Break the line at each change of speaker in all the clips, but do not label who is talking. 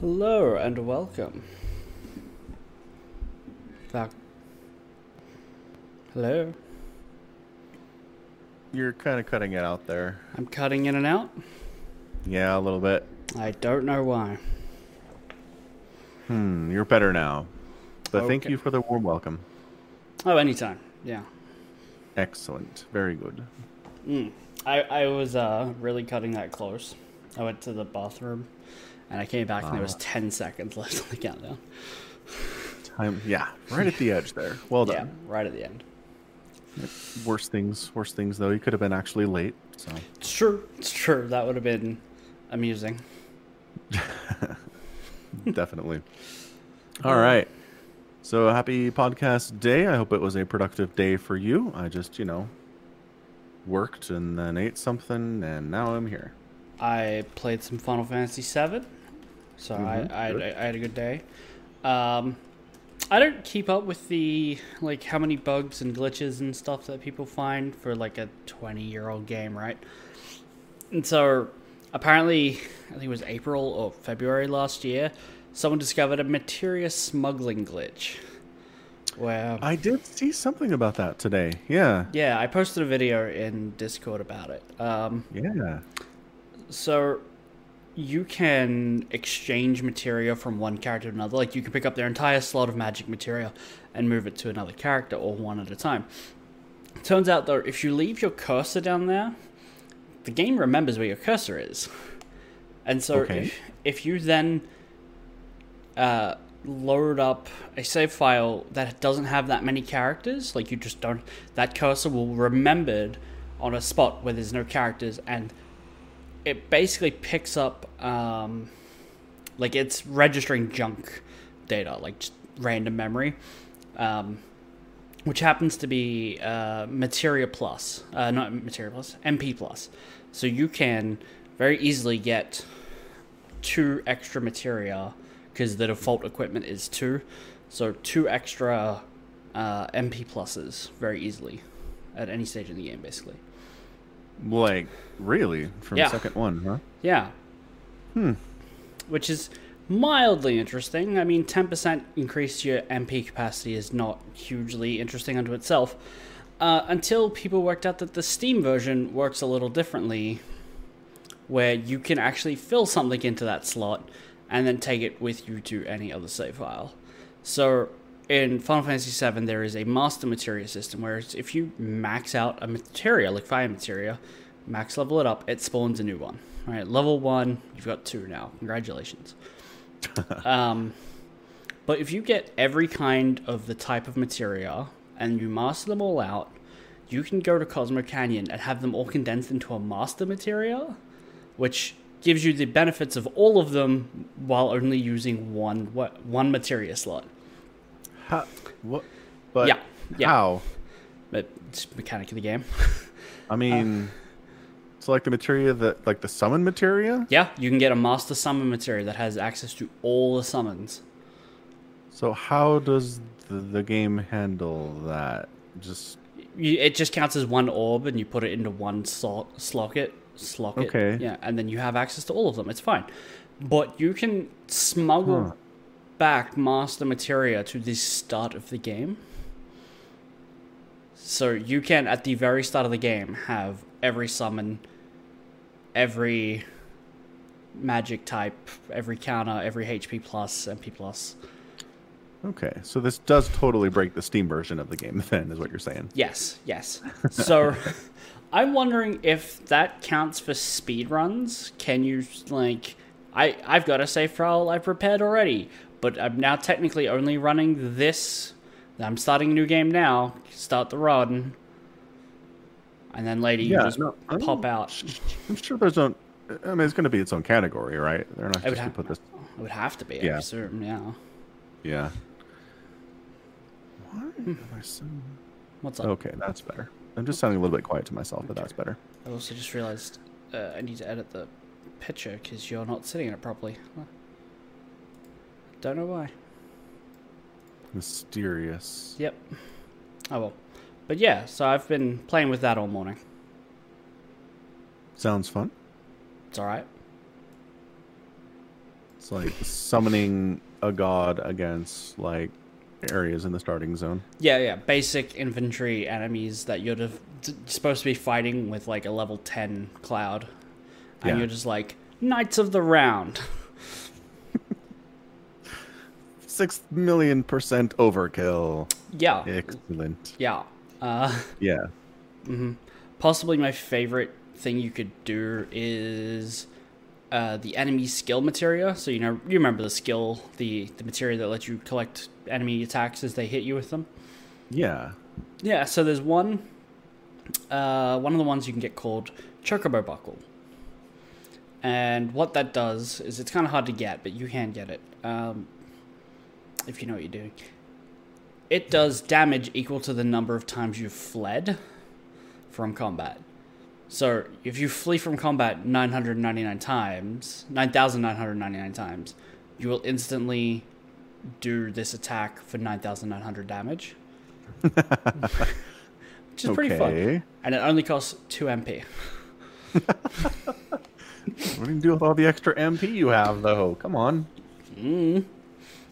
Hello and welcome. Fuck. Hello.
You're kind of cutting it out there.
I'm cutting in and out.
Yeah, a little bit.
I don't know why.
Hmm, you're better now. But thank
Okay.
you for the warm welcome.
Oh, anytime. Yeah.
Excellent. Very good.
Mm. I, I was uh, really cutting that close. I went to the bathroom and I came back and there was 10 seconds left on the countdown.
Time. Yeah, right at the edge there. Well
yeah,
done.
right at the end.
Worst things, worst things though. You could have been actually late. So
It's true. It's true. That would have been amusing.
definitely. All right. So happy podcast day. I hope it was a productive day for you. I just, you know, worked and then ate something and now I'm here.
I played some Final Fantasy VII, so
Mhm,
I, I,
good.
I had a good day. Um, I don't keep up with the like how many bugs and glitches and stuff that people find for like a twenty year old game, right? And so apparently, I think it was April or February last year, someone discovered a materia smuggling glitch. Where
I did see something about that today. Yeah.
yeah, I posted a video in Discord about it. Um,
Yeah.
So you can exchange material from one character to another. Like you can pick up their entire slot of magic material and move it to another character or one at a time. Turns out though, if you leave your cursor down there, the game remembers where your cursor is. And so
Okay.
if, if you then uh, load up a save file that doesn't have that many characters, like you just don't, that cursor will remembered on a spot where there's no characters, and it basically picks up, um, like it's registering junk data, like just random memory, um, which happens to be uh, Materia Plus, uh, not Materia Plus, MP Plus. So you can very easily get two extra materia because the default equipment is two, so two extra uh, MP pluses very easily at any stage in the game, basically.
Like, really? From
Yeah.
the second one, huh?
Yeah. Hmm. Which is mildly interesting. I mean, ten percent increase to your MP capacity is not hugely interesting unto itself. Uh, until people worked out that the Steam version works a little differently, where you can actually fill something into that slot and then take it with you to any other save file. So in Final Fantasy VII, there is a master materia system, where it's- if you max out a materia, like fire materia, max level it up, it spawns a new one. All right, level one, you've got two now. Congratulations. um, but if you get every kind of the type of materia and you master them all out, you can go to Cosmo Canyon and have them all condensed into a master materia, which gives you the benefits of all of them while only using one what one materia slot.
How, what? But
Yeah, yeah.
how?
But it's mechanic of the game.
I mean,
Uh.
so like the materia that, like the summon materia.
yeah, you can get a master summon materia that has access to all the summons.
So how does the, the game handle that? Just
You, it just counts as one orb, and you put it into one slot, slocket, slocket.
Okay.
Yeah, and then you have access to all of them. It's fine, but you can smuggle
Huh.
back master materia to the start of the game. So you can, at the very start of the game, have every summon, every magic type, every counter, every HP plus, MP plus.
okay. So this does totally break the Steam version of the game. Then is what you're saying.
Yes, yes. So I'm wondering if that counts for speed runs. Can you like I I've got a safe file I prepared already, but I'm now technically only running this. I'm starting a new game now. Start the run. And then later you just
I'm-
pop out.
I'm sure there's no. I mean, it's going to be its own category, right? They're
It
not
would,
just going
ha-
to put this.
it would have to be, I
Yeah.
presume, yeah.
Yeah. Why am I so...
What's up?
Okay, that's better. I'm just sounding a little bit quiet to myself, but that's better.
I also just realized uh, I need to edit the picture because you're not sitting in it properly. Don't know why.
Mysterious.
Yep. I will. But yeah, so I've been playing with that all morning.
Sounds fun.
It's all right.
It's like summoning a god against like areas in the starting zone.
Yeah, yeah. Basic infantry enemies that you're def- t- supposed to be fighting with like a level 10 cloud. And
Yeah.
you're just like, Knights of the Round.
Six million percent overkill.
yeah. Yeah.
Excellent.
Uh,
Yeah.
possibly my favorite thing you could do is uh, the enemy skill materia. So, you know, you remember the skill, the, the materia that lets you collect enemy attacks as they hit you with them.
Yeah.
Yeah, so there's one. Uh, one of the ones you can get called Chocobo Buckle. And what that does is it's kind of hard to get, but you can get it um, if you know what you're doing. It does damage equal to the number of times you've fled from combat. So if you flee from combat 999 times, 9,999 times, you will instantly do this attack for 9,900 damage. Which is pretty fun.
okay.
And it only costs 2 MP.
What do you do with all the extra MP you have, though? Come on.
Hmm.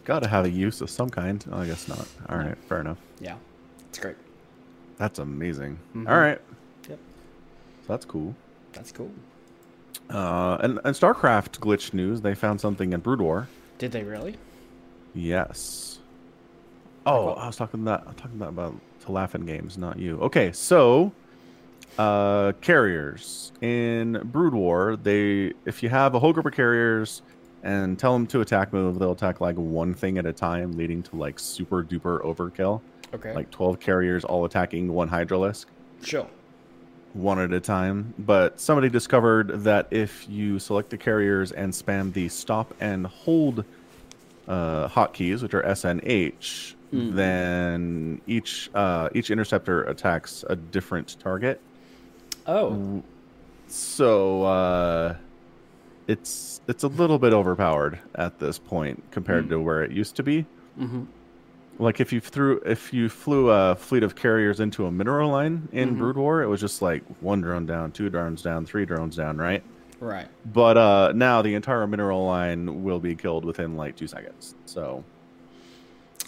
Got to have a use of some kind. Oh, I guess not. All right, fair enough.
Yeah, it's great.
That's amazing.
Mm-hmm.
All right,
Yep,
so that's cool.
that's cool.
Uh, and and StarCraft glitch news. They found something in Brood War.
Did they really?
Yes. Oh, I was talking that. I was talking that about to laughing games, not you. Okay, so uh, carriers in Brood War. They, if you have a whole group of carriers and tell them to attack move, they'll attack like one thing at a time, leading to like super duper overkill.
Okay.
Like twelve carriers all attacking one Hydralisk
sure.
one at a time, but somebody discovered that if you select the carriers and spam the stop and hold uh, hotkeys, which are SNH, then each uh, each interceptor attacks a different target.
Oh,
So uh, it's it's a little bit overpowered at this point compared to where it used to be.
Mhm.
Like if you threw if you flew a fleet of carriers into a mineral line in Brood War, it was just like one drone down, two drones down, three drones down, right?
right.
But uh, now the entire mineral line will be killed within like two seconds. So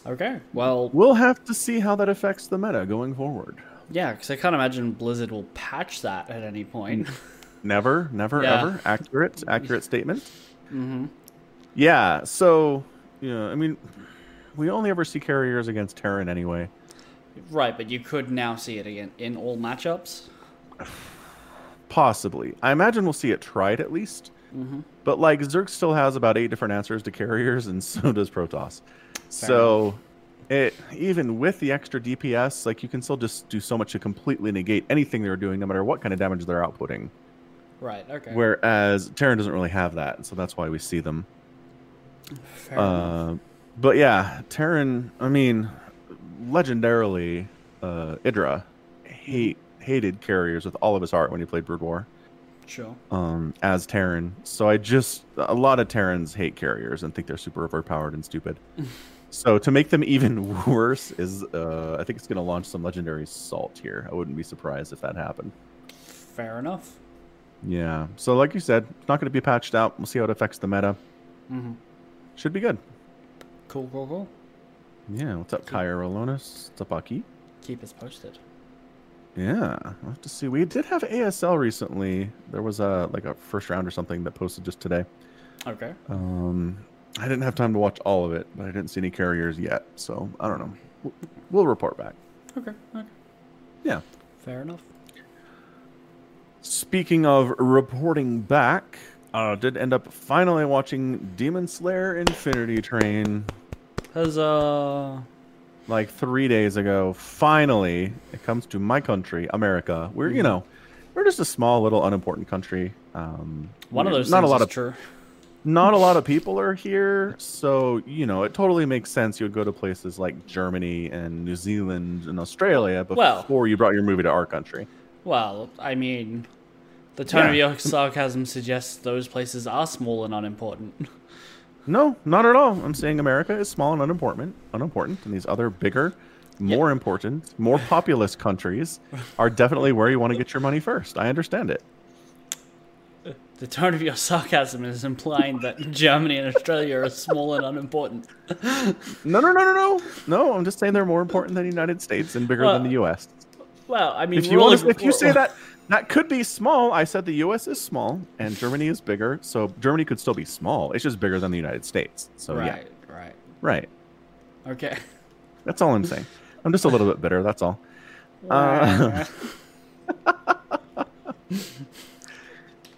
Okay. Well,
we'll have to see how that affects the meta going forward.
yeah, because I can't imagine Blizzard will patch that at any point.
Never, never,
Yeah.
ever. Accurate, accurate statement. Yeah. So, you know, I mean, we only ever see carriers against Terran anyway.
right, but you could now see it again in all matchups.
Possibly. I imagine we'll see it tried at least. But like Zerg still has about eight different answers to carriers, and so does Protoss. so, it even with the extra DPS, like you can still just do so much to completely negate anything they're doing, no matter what kind of damage they're outputting.
Right. Okay.
Whereas Terran doesn't really have that, so that's why we see them.
Fair enough.
Uh, but yeah, Terran. I mean, legendarily, uh, Idra hate
Mm-hmm.
hated carriers with all of his heart when he played Brood War
Sure.
um, as Terran. So I just a lot of Terrans hate carriers and think they're super overpowered and stupid. so to make them even worse is, uh, I think it's going to launch some legendary salt here. I wouldn't be surprised if that happened.
Fair enough.
Yeah. So like you said, it's not going to be patched out. We'll see how it affects the meta.
Mm-hmm.
Should be good.
Cool. Cool. Cool.
Yeah. What's up, Kyra Rolonis? What's up, Aki?
Keep us posted.
Yeah, we'll have to see. We did have ASL recently. There was a like a first round or something that posted just today.
Okay.
Um, I didn't have time to watch all of it, but I didn't see any carriers yet, so I don't know. We'll, we'll report back.
Okay. Okay.
Yeah.
Fair enough.
Speaking of reporting back, I did end up finally watching Demon Slayer Infinity Train
Huzzah!
like three days ago. Finally, it comes to my country, America. We're
Hmm.
you know, we're just a small little unimportant country. Um,
One of those.
not
things
a lot
is
of
true.
not a lot of people are here, so you know it totally makes sense. You would go to places like Germany and New Zealand and Australia before
Well-
you brought your movie to our country.
Well, I mean, the tone of
Yeah.
your sarcasm suggests those places are small and unimportant.
No, not at all. I'm saying America is small and unimportant, unimportant, and these other bigger, more important, more populous countries are definitely where you want to get your money first. I understand it.
The tone of your sarcasm is implying that Germany and Australia are small and unimportant.
No, no, no, no, no. No, I'm just saying they're more important than the United States and bigger
Well,
than the U.S.
Well, I mean,
If you
we're all
want,
ag-
if you say
we're-
that, that could be small. I said the U.S. is small and Germany is bigger, so Germany could still be small. It's just bigger than the United States. So Oh, yeah,
right, right,
right.
okay.
That's all I'm saying. I'm just a little bit bitter. That's all. Uh,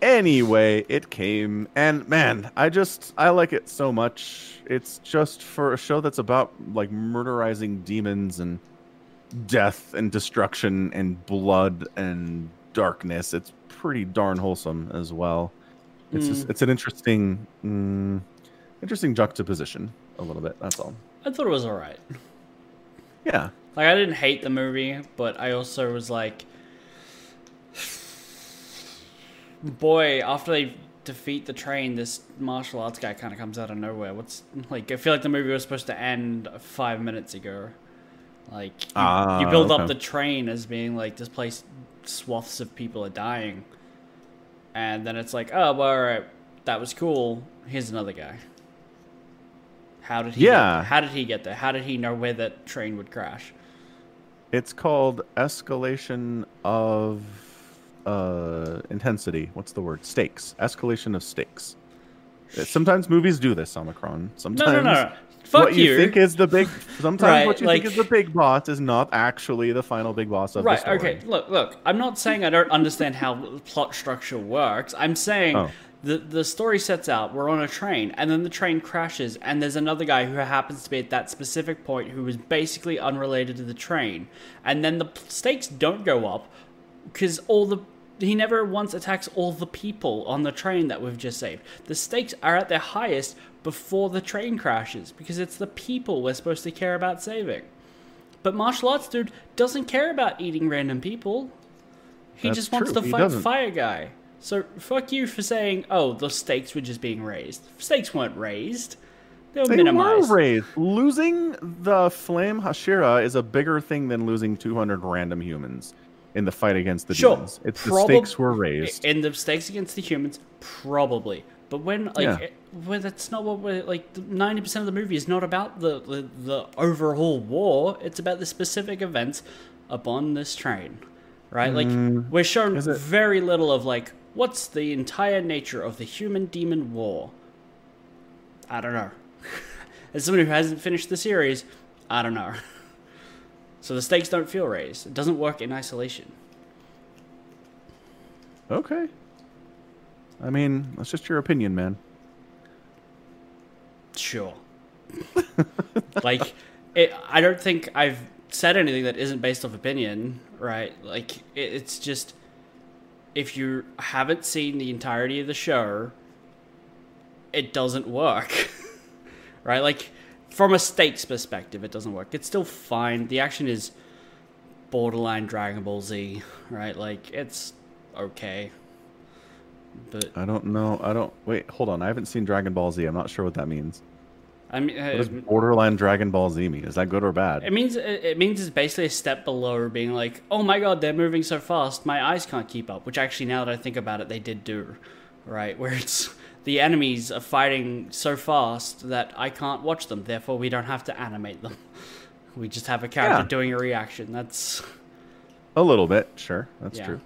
anyway, it came, and man, I just I like it so much. It's just for a show that's about like murderizing demons and death and destruction and blood and darkness. It's pretty darn wholesome as well. It's just it's an interesting, mm, interesting juxtaposition a little bit. That's all.
I thought it was all right.
Yeah.
Like I didn't hate the movie, but I also was like, boy, after they defeat the train, this martial arts guy kind of comes out of nowhere. What's like? I feel like the movie was supposed to end five minutes ago. Like you,
Ah,
you build up
okay.
the train as being like this place, swaths of people are dying, and then it's like, oh, well, all right, that was cool. Here's another guy. How did he?
Yeah.
Get, how did he get there? How did he know where that train would crash?
It's called escalation of uh, intensity. What's the word? Stakes. Escalation of stakes. Uh, Sometimes movies do this, Omicron.
No,
Sometimes
no, no, no. Fuck
what you. think is the big. Sometimes
Right,
what you
like-
think is the big boss is not actually the final big boss of
right.
the story.
Okay. Look, look. I'm not saying I don't understand how plot structure works. I'm saying
Oh.
the the story sets out we're on a train, and then the train crashes, and there's another guy who happens to be at that specific point who was basically unrelated to the train, and then the p- stakes don't go up because all the he never once attacks all the people on the train that we've just saved. The stakes are at their highest before the train crashes because it's the people we're supposed to care about saving. But martial arts dude doesn't care about eating random people. He
That's
just wants
true,
to
he
fight
doesn't.
fire guy. So fuck you for saying, oh, the stakes were just being raised. Stakes weren't raised. They were
They
minimized.
were raised. Losing the flame Hashira is a bigger thing than losing 200 random humans in the fight against the
Sure,
demons. It's the
probab-
stakes were raised.
And the stakes against the humans, probably. But when like
Yeah.
it- when that's not what we're like ninety percent of the movie is not about the, the the overall war. It's about the specific events upon this train, right? Like we're shown
Mm, is it-
very little of like what's the entire nature of the human demon war. I don't know. As someone who hasn't finished the series, I don't know. So the stakes don't feel raised. It doesn't work in isolation.
Okay. I mean, that's just your opinion, man.
Sure. like, it, I don't think I've said anything that isn't based off opinion, right? Like, it, it's just if you haven't seen the entirety of the show, it doesn't work, right? Like, from a stakes perspective, it doesn't work. It's still fine. The action is borderline Dragon Ball Z, right? Like, it's okay. But
I don't know. I don't. Wait, hold on. I haven't seen Dragon Ball Z. I'm not sure what that means.
I mean,
What does
uh,
borderline Dragon Ball Z mean? Is that good or bad?
It means it it means it's basically a step below being like, oh my god, they're moving so fast, my eyes can't keep up. Which actually, now that I think about it, they did do, right? Where it's the enemies are fighting so fast that I can't watch them. Therefore, we don't have to animate them. We just have a character
Yeah.
doing a reaction. That's
a little bit, sure. That's
yeah,
true.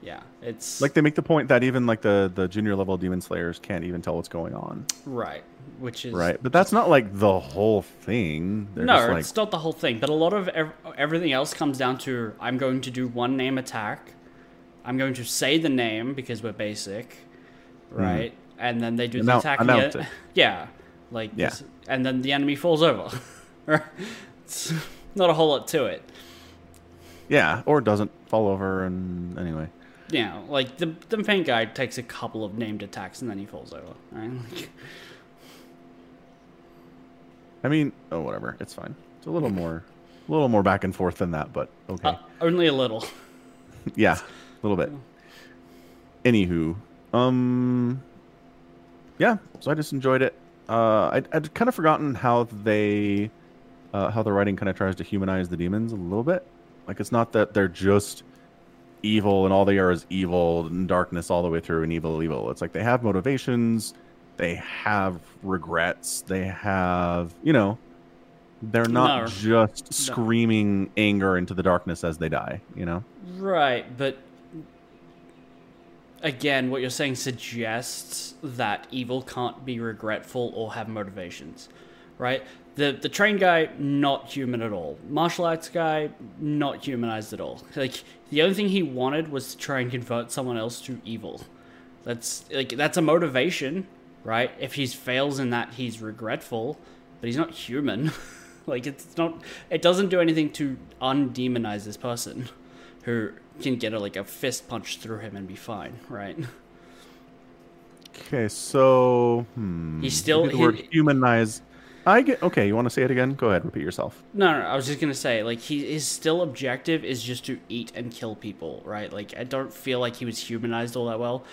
yeah. It's
Like they make the point that even like the the junior level demon slayers can't even tell what's going on,
right, which is
right? But that's not like the whole thing. They're
no,
just like,
it's not the whole thing, but a lot of ev- everything else comes down to I'm going to do one name attack. I'm going to say the name because we're basic,
Hmm.
right? And then they do the
Annou-
attack.
announce
and the,
it.
Yeah, like
Yeah.
this- and then the enemy falls over. it's not a whole lot to it.
yeah, or doesn't fall over, and anyway,
Yeah, like the the paint guy takes a couple of named attacks and then he falls over. Right? Like,
I mean, oh whatever, it's fine. It's a little more, a little more back and forth than that, but okay.
uh, only a little.
Yeah, a little bit. Anywho, um, yeah. So I just enjoyed it. Uh, I, I'd kind of forgotten how they, uh, how the writing kind of tries to humanize the demons a little bit. Like it's not that they're just evil and all they are is evil and darkness all the way through and evil evil it's like they have motivations they have regrets they have you know they're not
No.
just screaming anger into the darkness as they die you know
Right, but again, what you're saying suggests that evil can't be regretful or have motivations, right? The the train guy not human at all. Martial arts guy not humanized at all. Like the only thing he wanted was to try and convert someone else to evil. That's like that's a motivation, right? If he fails in that, he's regretful, but he's not human. like it's not it doesn't do anything to undemonize this person who can get a, like a fist punch through him and be fine, right?
okay so hmm,
He's still-
you did the word
he-
humanize i get okay you want to say it again go ahead repeat yourself
No, no, I was just gonna say, like, he his still objective is just to eat and kill people, right? Like, I don't feel like he was humanized all that well.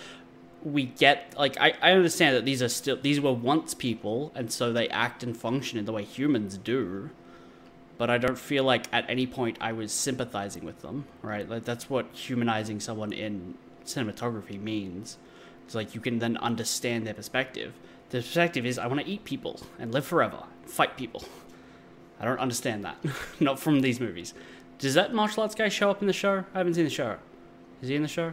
We get like I, I understand that these are still these were once people, and so they act and function in the way humans do. But I don't feel like at any point I was sympathizing with them, right? Like that's what humanizing someone in cinematography means. It's like you can then understand their perspective. The perspective is I want to eat people and live forever, fight people. I don't understand that. Not from these movies. Does that martial arts guy show up in the show? I haven't seen the show. Is he in the show?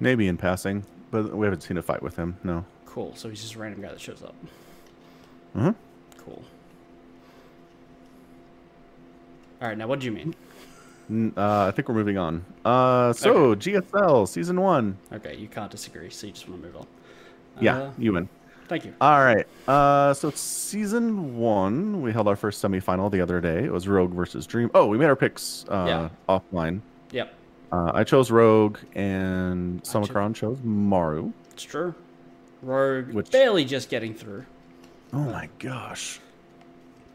maybe in passing but we haven't seen a fight with him no
Cool. So he's just a random guy that shows up.
uh-huh.
Cool. All right. Now, what do you mean?
N- uh, i think we're moving on uh, so gsl season one
Okay, you can't disagree, so you just want to move on.
yeah
Uh,
you win
thank you.
All right. Uh, so it's season one. We held our first semifinal the other day. It was Rogue versus Dream. Oh, we made our picks uh, offline.
Yep,
Uh, I chose Rogue, and
I chose-
Samakran chose Maru.
it's true. Rogue
Which-
barely just getting through.
Oh my gosh.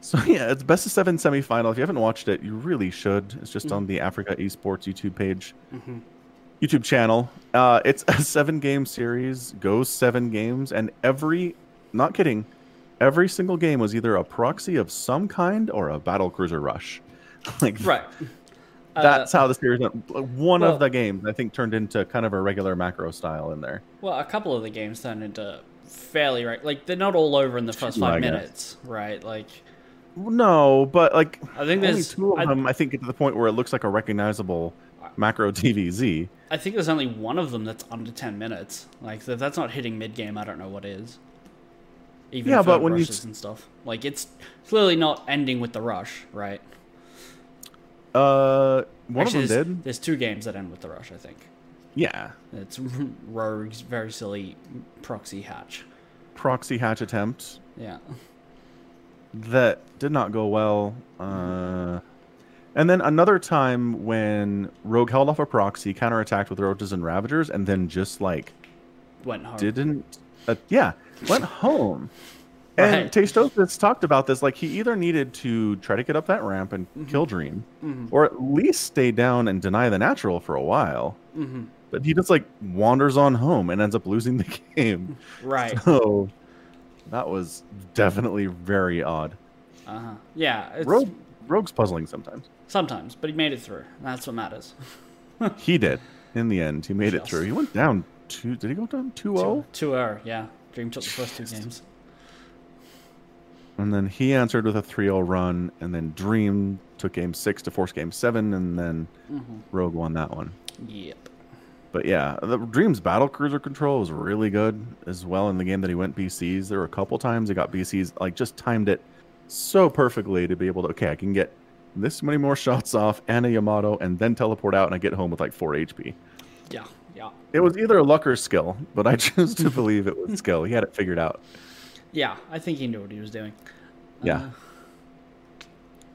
So yeah, it's best of seven semifinal. If you haven't watched it, you really should. It's just on the Africa Esports YouTube page,
Mhm.
YouTube channel. Uh, it's a seven-game series, goes seven games, and every, not kidding, every single game was either a proxy of some kind or a battle cruiser rush. Like
Right. Uh,
that's how the series. Went. One
well-
of the games I think turned into kind of a regular macro style in there.
Well, a couple of the games turned into fairly right. Like they're not all over in the first
Yeah, I
five
guess.
minutes, right? Like
No, but like
I think
Only
there's
two of
I-
them, I think, get to the point where it looks like a recognizable macro TVZ.
I think there's only one of them that's under 10 minutes. Like, if that's not hitting mid game, I don't know what is. Even
Yeah,
if
but
it
when you
rushes
s-
and stuff. Like, it's clearly not ending with the rush, right?
Uh, one
Actually,
of
there's,
them did.
There's two games that end with the rush, I think.
Yeah,
It's Rogue's very silly proxy hatch.
proxy hatch attempt
Yeah.
that did not go well. Uh, and then another time when Rogue held off a proxy, counterattacked with roaches and ravagers, and then just like
Went home.
didn't. Uh, yeah, went home. And
Right.
Teistosis talked about this. Like he either needed to try to get up that ramp and
Mm-hmm.
kill Dream,
Mhm.
or at least stay down and deny the natural for a while.
Mhm.
But he just like wanders on home and ends up losing the game.
Right.
So that was definitely very odd.
Uh huh. Yeah. It's
Rogue, Rogue's puzzling sometimes.
Sometimes, but he made it through. That's what matters.
He did in the end. He made it
Yes.
through. He went down two. oh? Did he go down 2 0?
Two oh. hour, yeah. Dream took the first two games.
And then he answered with a 3 0 run. And then Dream took game six to force game seven. And then Rogue won that one.
Yep.
But yeah, the Dream's battle cruiser control was really good as well in the game that he went BCs. There were a couple times he got BCs, like just timed it so perfectly to be able to okay, I can get this many more shots off and a Yamato and then teleport out and I get home with like four HP.
Yeah. Yeah.
It was either luck or skill, but I choose to believe it was skill. He had it figured out.
Yeah. I think he knew what he was doing.
Yeah.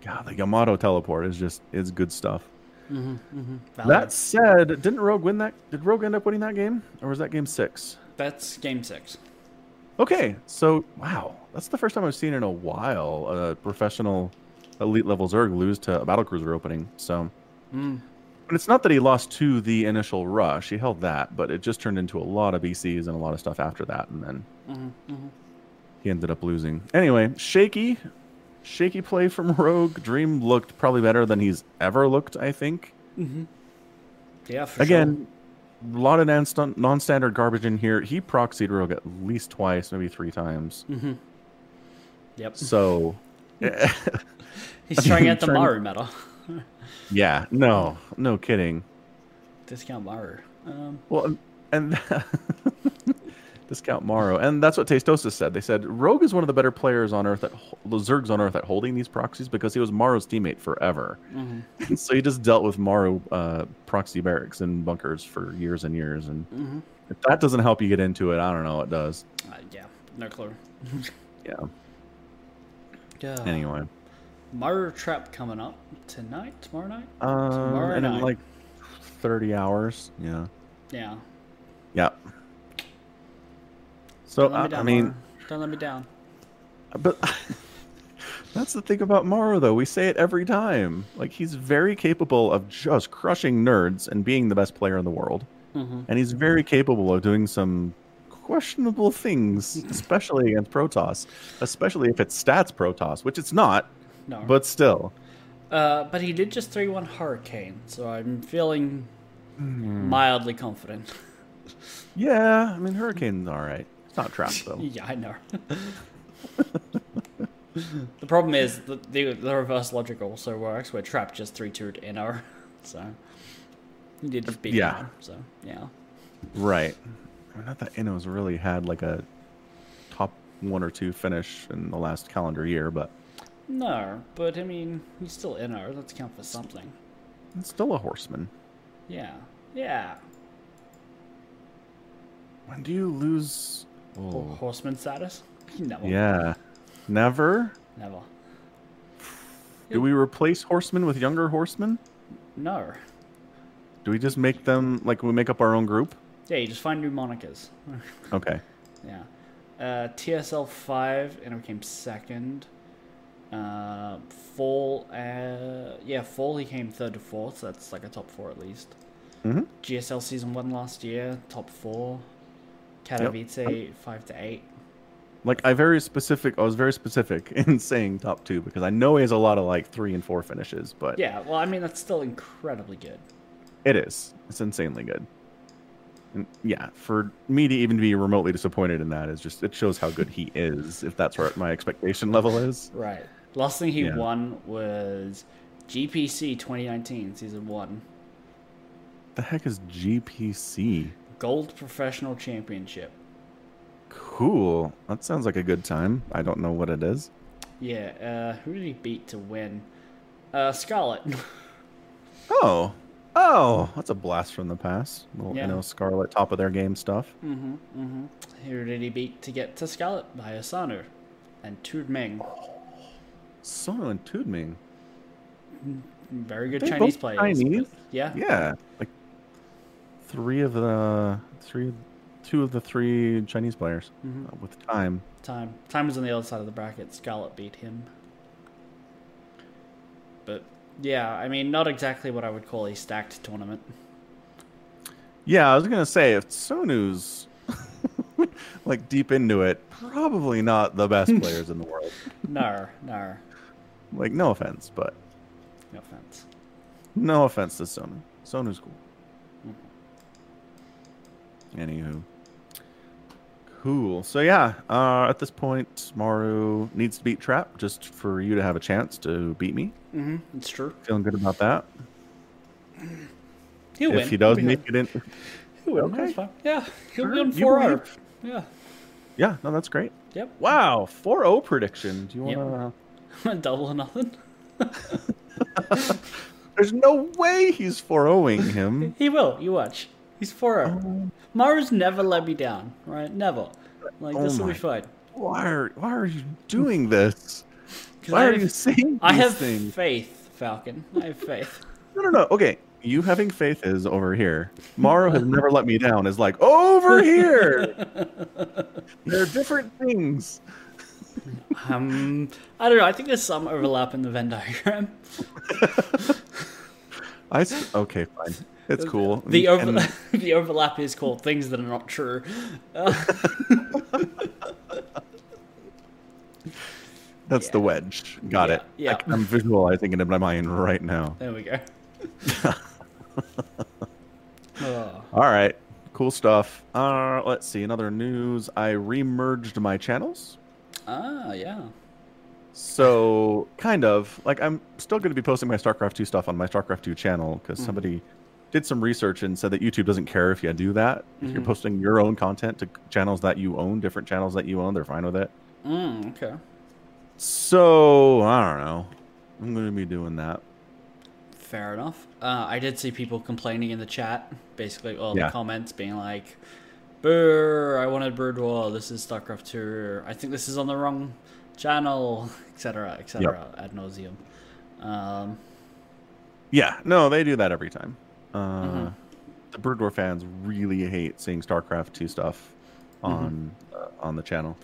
God, the Yamato teleport is just it's good stuff.
Valid.
That said, didn't Rogue win that? Did Rogue end up winning that game, or was that game six?
That's game six.
Okay, so wow, that's the first time I've seen in a while a professional elite level Zerg lose to a battlecruiser opening. So, but it's not that he lost to the initial rush; he held that, but it just turned into a lot of BCs and a lot of stuff after that, and then he ended up losing. Anyway, shaky, shaky play from Rogue. Dream looked probably better than he's ever looked, I think.
Yeah, for
Again, a lot of non- non-standard garbage in here. He proxied Rogue at least twice, maybe three times.
sure. hmm Yep.
So,
He's trying out the
Trying-
Maru meta.
yeah, no, no kidding.
Discount Maru. Um,
Well, and discount Morrow, and that's what Tastosis said. They said Rogue is one of the better players on Earth at ho- the Zergs on Earth at holding these proxies because he was Morrow's teammate forever,
mhm.
so he just dealt with Morrow uh, proxy barracks and bunkers for years and years. And
Mhm.
if that doesn't help you get into it, I don't know what does.
Uh, yeah, no clue.
Yeah.
Yeah.
Anyway,
Maru trap coming up tonight, tomorrow night.
um,
Tomorrow
and in
night.
like thirty hours. Yeah.
Yeah.
Yeah. So
Don't let
I,
me down,
I mean.
Maru. don't let me down.
But that's the thing about Morrow, though. We say it every time. Like, he's very capable of just crushing nerds and being the best player in the world.
hmm
And he's very capable of doing some questionable things, especially against Protoss, especially if it's stats Protoss, which it's not,
No.
but still.
Uh, but he did just 3 1 Hurricane, so I'm feeling
Hmm.
mildly confident.
Yeah, I mean, Hurricane's all right. It's not trapped, though.
yeah, I know. the problem is the, the, the reverse logic also works, where Trap just 3 2 to NR, so. He did just beat
Yeah.
NR, so, yeah.
Right. I mean, Not that Innos really had like a top one or two finish in the last calendar year, but
No, but I mean, he's still NR, that's count for something.
it's still a horseman.
Yeah. Yeah.
When do you lose?
Or Horseman status? Never.
Oh. Yeah. Never?
Never.
Do we replace horsemen with younger horsemen?
No.
Do we just make them like we make up our own group?
Yeah, you just find new monikers.
Okay.
yeah. Uh, TSL 5, and it came second. Uh, Fall, uh, yeah, Fall, he came third to fourth, so that's like a top four at least.
hmm
GSL Season 1 last year, top four. Katowice, 5 to 8.
Like I very specific. I was very specific in saying top two because I know he has a lot of like three and four finishes, but
Yeah, well, I mean, that's still incredibly good.
it is. It's insanely good. And yeah, for me to even be remotely disappointed in that is just it shows how good he is. If that's where my expectation level is.
Right. Last thing he
Yeah.
won was GPC 2019 season one
The heck is GPC?
gold professional championship.
Cool. That sounds like a good time. I don't know what it is.
Yeah. Uh, who did he beat to win? Uh, Scarlet.
Oh. Oh, that's a blast from the past. Little
Yeah.
you know Scarlet top of their game stuff.
mm-hmm. Mm-hmm. Who did he beat to get to Scarlet? By Asano and Tude Meng.
Sono and Tudming.
Very good
They're
Chinese
both
players.
Chinese.
but- Yeah.
Yeah. Like three of the three two of the three Chinese players
Mhm.
uh, with time.
Time. Time was on the other side of the bracket. Scarlet beat him. But yeah, I mean, not exactly what I would call a stacked tournament.
Yeah, I was gonna say if Sonu's like deep into it, probably not the best players in the world.
No, no,
Like no offense, but
no offense.
no offense to Sonu. Sonu's cool. Anywho. Cool. So yeah, uh, at this point, Maru needs to beat Trap just for you to have a chance to beat me.
Mm-hmm. It's true.
Feeling good about that.
He'll
if
win.
he does
He'll be
make it in,
fine. he'll win.
Okay.
That's fine. Yeah, he'll
Sure,
be on
you
four hour.
believe.
Yeah.
yeah, no, that's great.
Yep.
Wow, 4-0 prediction. Do you
Yep.
want to?
Double or nothing.
There's no way he's 4-0ing him.
He will. You watch. He's four
Oh.
hour. Mara's never let me down. Right? Never. Like
Oh
this will
my
be fine.
Why are Why are you doing this?
'Cause
Why
I
are
have,
you saying
I
these
have
things?
faith, Falcon. I have faith.
No, no, no. Okay. You having faith is over here. Morrow has never let me down is like over here. They're different things.
um, I don't know. I think there's some overlap in the Venn diagram.
I s- okay, fine. It's cool.
The over
And-
the overlap is called things that are not true. Uh,
that's the wedge. Got
Yeah,
it.
yeah.
I, am visualizing it in my mind right now.
there we go. Ugh.
All right. Cool stuff. Uh, let's see. Another news. I remerged my channels.
Ah, yeah.
So, kind of. Like, I'm still going to be posting my StarCraft 2 stuff on my StarCraft 2 channel because
Mm-hmm.
somebody did some research and said that YouTube doesn't care if you do that. If you're
Mhm.
posting your own content to channels that you own, different channels that you own, they're fine with it.
Mm, okay.
So, I don't know. I'm going to be doing that.
Fair enough. Uh, I did see people complaining in the chat, basically, all
Yeah.
the comments being like, "Brr, I wanted Brood War. This is StarCraft 2. I think this is on the wrong channel, etc., etc." Ad nauseum. Um,
Yeah, no, they do that every time. Uh,
Mm-hmm.
The Brood War fans really hate seeing StarCraft 2 stuff
Mm-hmm.
on uh, on the channel.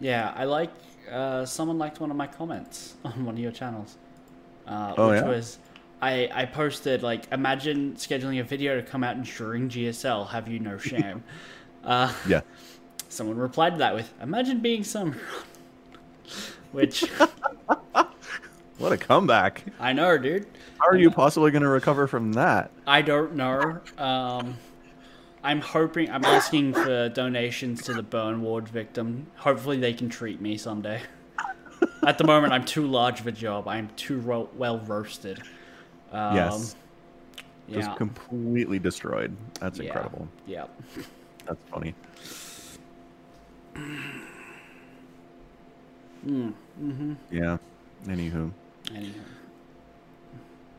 yeah, I like. Uh, someone liked one of my comments on one of your channels, uh,
Oh,
which
yeah?
was. I, I posted like imagine scheduling a video to come out during GSL. Have you no shame? uh,
Yeah.
Someone replied to that with, "Imagine being some," which
What a comeback.
I know, dude.
How are you possibly going to recover from that?
I don't know. Um, I'm hoping. I'm asking for donations to the burn ward victim. Hopefully, they can treat me someday. At the moment, I'm too large of a job. I'm too ro- well roasted. Um,
yes.
Yeah.
Just completely destroyed. That's
yeah,
incredible.
Yeah.
That's funny. Mm-hmm. Yeah. Anywho.
Anywho.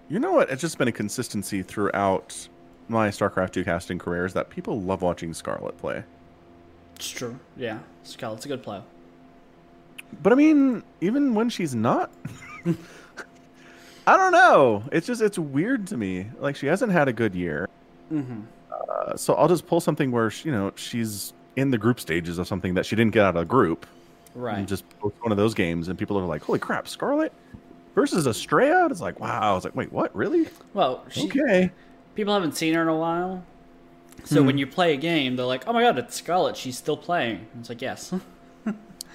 You know what? It's just been a consistency throughout my StarCraft 2 casting career is that people love watching Scarlet play.
It's true. Yeah. Scarlet's a good player.
But I mean, even when she's not, I don't know. It's just it's weird to me. Like she hasn't had a good year,
Mm-hmm.
uh, so I'll just pull something where she, you know she's in the group stages of something that she didn't get out of the group,
Right.
and just post one of those games, and people are like, "Holy crap, Scarlet versus Estrella!" It's like, wow. It's like, wait, what? Really?
well, she,
Okay.
people haven't seen her in a while. So
Hmm.
when you play a game, they're like, "Oh my god, it's Scarlet. She's still playing." And it's like, "Yes."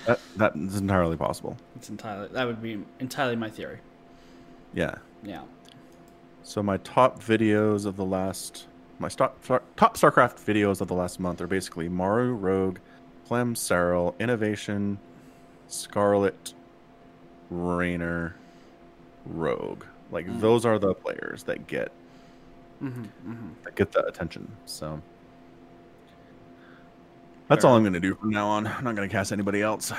That that is entirely possible.
It's entirely that would be entirely my theory.
Yeah.
Yeah.
So my top videos of the last my stop, star, top StarCraft videos of the last month are basically Maru, Rogue, Clem, Cyril, Innovation, Scarlet, Rainer, Rogue. Like
Mm-hmm.
those are the players that get
mm-hmm.
that get the attention. So that's
Fair
all I'm gonna do from now on. I'm not gonna cast anybody else.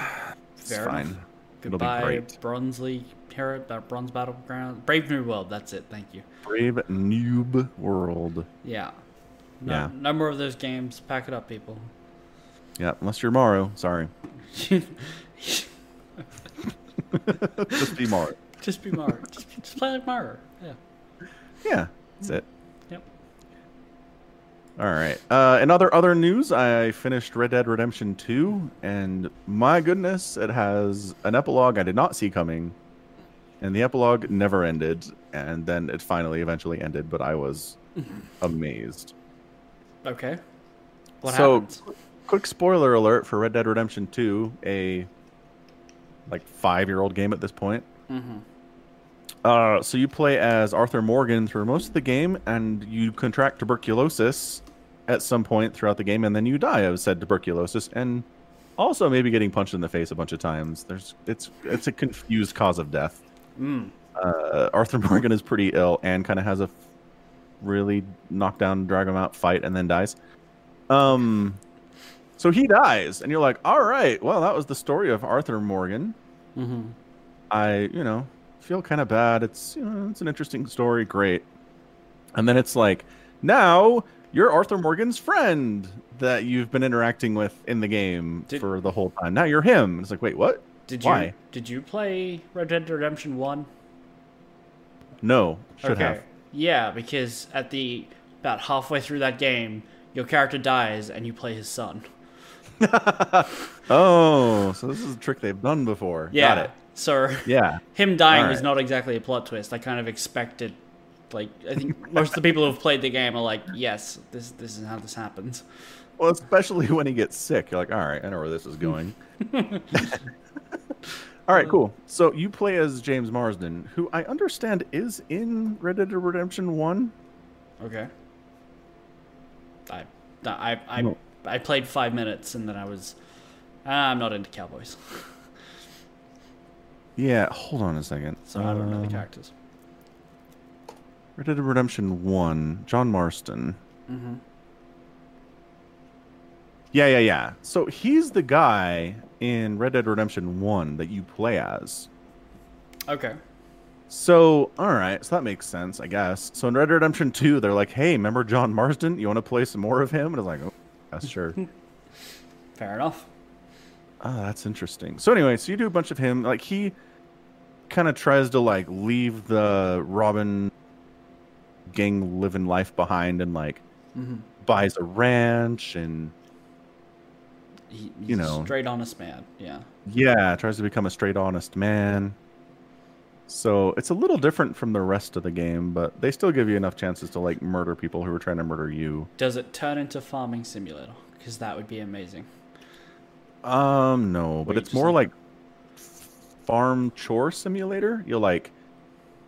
It's
Fair
fine.
enough.
It'll
Goodbye,
be great.
Bronze League, Terra, uh, Bronze Battleground, Brave New World. That's it. Thank you.
Brave noob world.
Yeah. No,
Yeah.
No more of those games. Pack it up, people.
Yeah, unless you're Maru. Sorry. Just be Maru.
just be Mario. just, just play like Mario. Yeah.
Yeah, that's it.
Yep.
All right. Uh, in other other news, I finished Red Dead Redemption 2, and my goodness, it has an epilogue I did not see coming, and the epilogue never ended, and then it finally eventually ended, but I was amazed.
Okay. What
so,
happens?
quick spoiler alert for Red Dead Redemption 2, a like five year old game at this point.
Mm-hmm.
Uh, so you play as Arthur Morgan through most of the game, and you contract tuberculosis at some point throughout the game, and then you die of said tuberculosis, and also maybe getting punched in the face a bunch of times. There's it's it's a confused cause of death.
Mm.
Uh, Arthur Morgan is pretty ill and kind of has a f- really knock down, drag him out fight, and then dies. Um, so he dies, and you're like, all right, well, that was the story of Arthur Morgan.
Mm-hmm.
I, you know, feel kind of bad. It's, you know, it's an interesting story. Great. And then it's like, now you're Arthur Morgan's friend that you've been interacting with in the game
Did-
for the whole time. Now you're him. And it's like, wait, what?
Did you
Why?
did you play Red Dead Redemption One?
No, should have.
Yeah, because at the about halfway through that game, your character dies and you play his son.
Oh, so this is a trick they've done before.
Yeah.
Got it.
So
Yeah.
him dying
All
was
right.
not exactly a plot twist. I kind of expected like I think most of the people who've played the game are like, yes, this this is how this happens.
Well, especially when he gets sick. You're like, all right, I know where this is going. all right,
Oh.
cool. So you play as James Marsden, who I understand is in Red Dead Redemption 1.
Okay. I I I,
No.
I played five minutes and then I was "Ah, I'm not into cowboys,
Yeah, hold on a second.
so I don't know the
Um,
characters.
Red Dead Redemption 1, John Marston.
hmm
Yeah, yeah, yeah. So he's the guy in Red Dead Redemption 1 that you play as.
Okay.
So, all right, so that makes sense, I guess. So in Red Dead Redemption 2, they're like, hey, remember John Marston? You want to play some more of him? And it's like, oh, yes, sure.
Fair enough.
Ah, that's interesting. So anyway, so you do a bunch of him. Like he kind of tries to like leave the Robin gang living life behind and like
Mm-hmm.
buys a ranch and
He, he's
You
a
know.
straight honest man. Yeah.
yeah, tries to become a straight honest man. So it's a little different from the rest of the game, but they still give you enough chances to like murder people who are trying to murder you.
Does it turn into farming simulator? Because that would be amazing.
Um, no, but
Wait,
it's
just
more
like-
like farm chore simulator. You'll like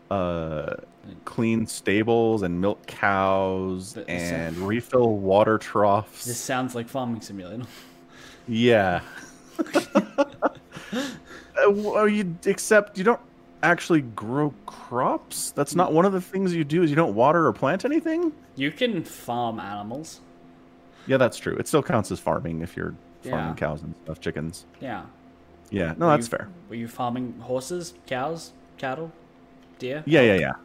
uh clean stables and milk cows
Th- this-
and refill water troughs.
This sounds like farming simulator.
Yeah. Uh, well, you except you don't actually grow crops. That's not one of the things you do. Is you don't water or plant anything.
You can farm animals.
Yeah, that's true. It still counts as farming if you're farming
Yeah.
cows and stuff, chickens.
Yeah.
Yeah, no,
Were
that's
you-
fair.
Were you farming horses, cows, cattle, deer?
Yeah, yeah, yeah. Um,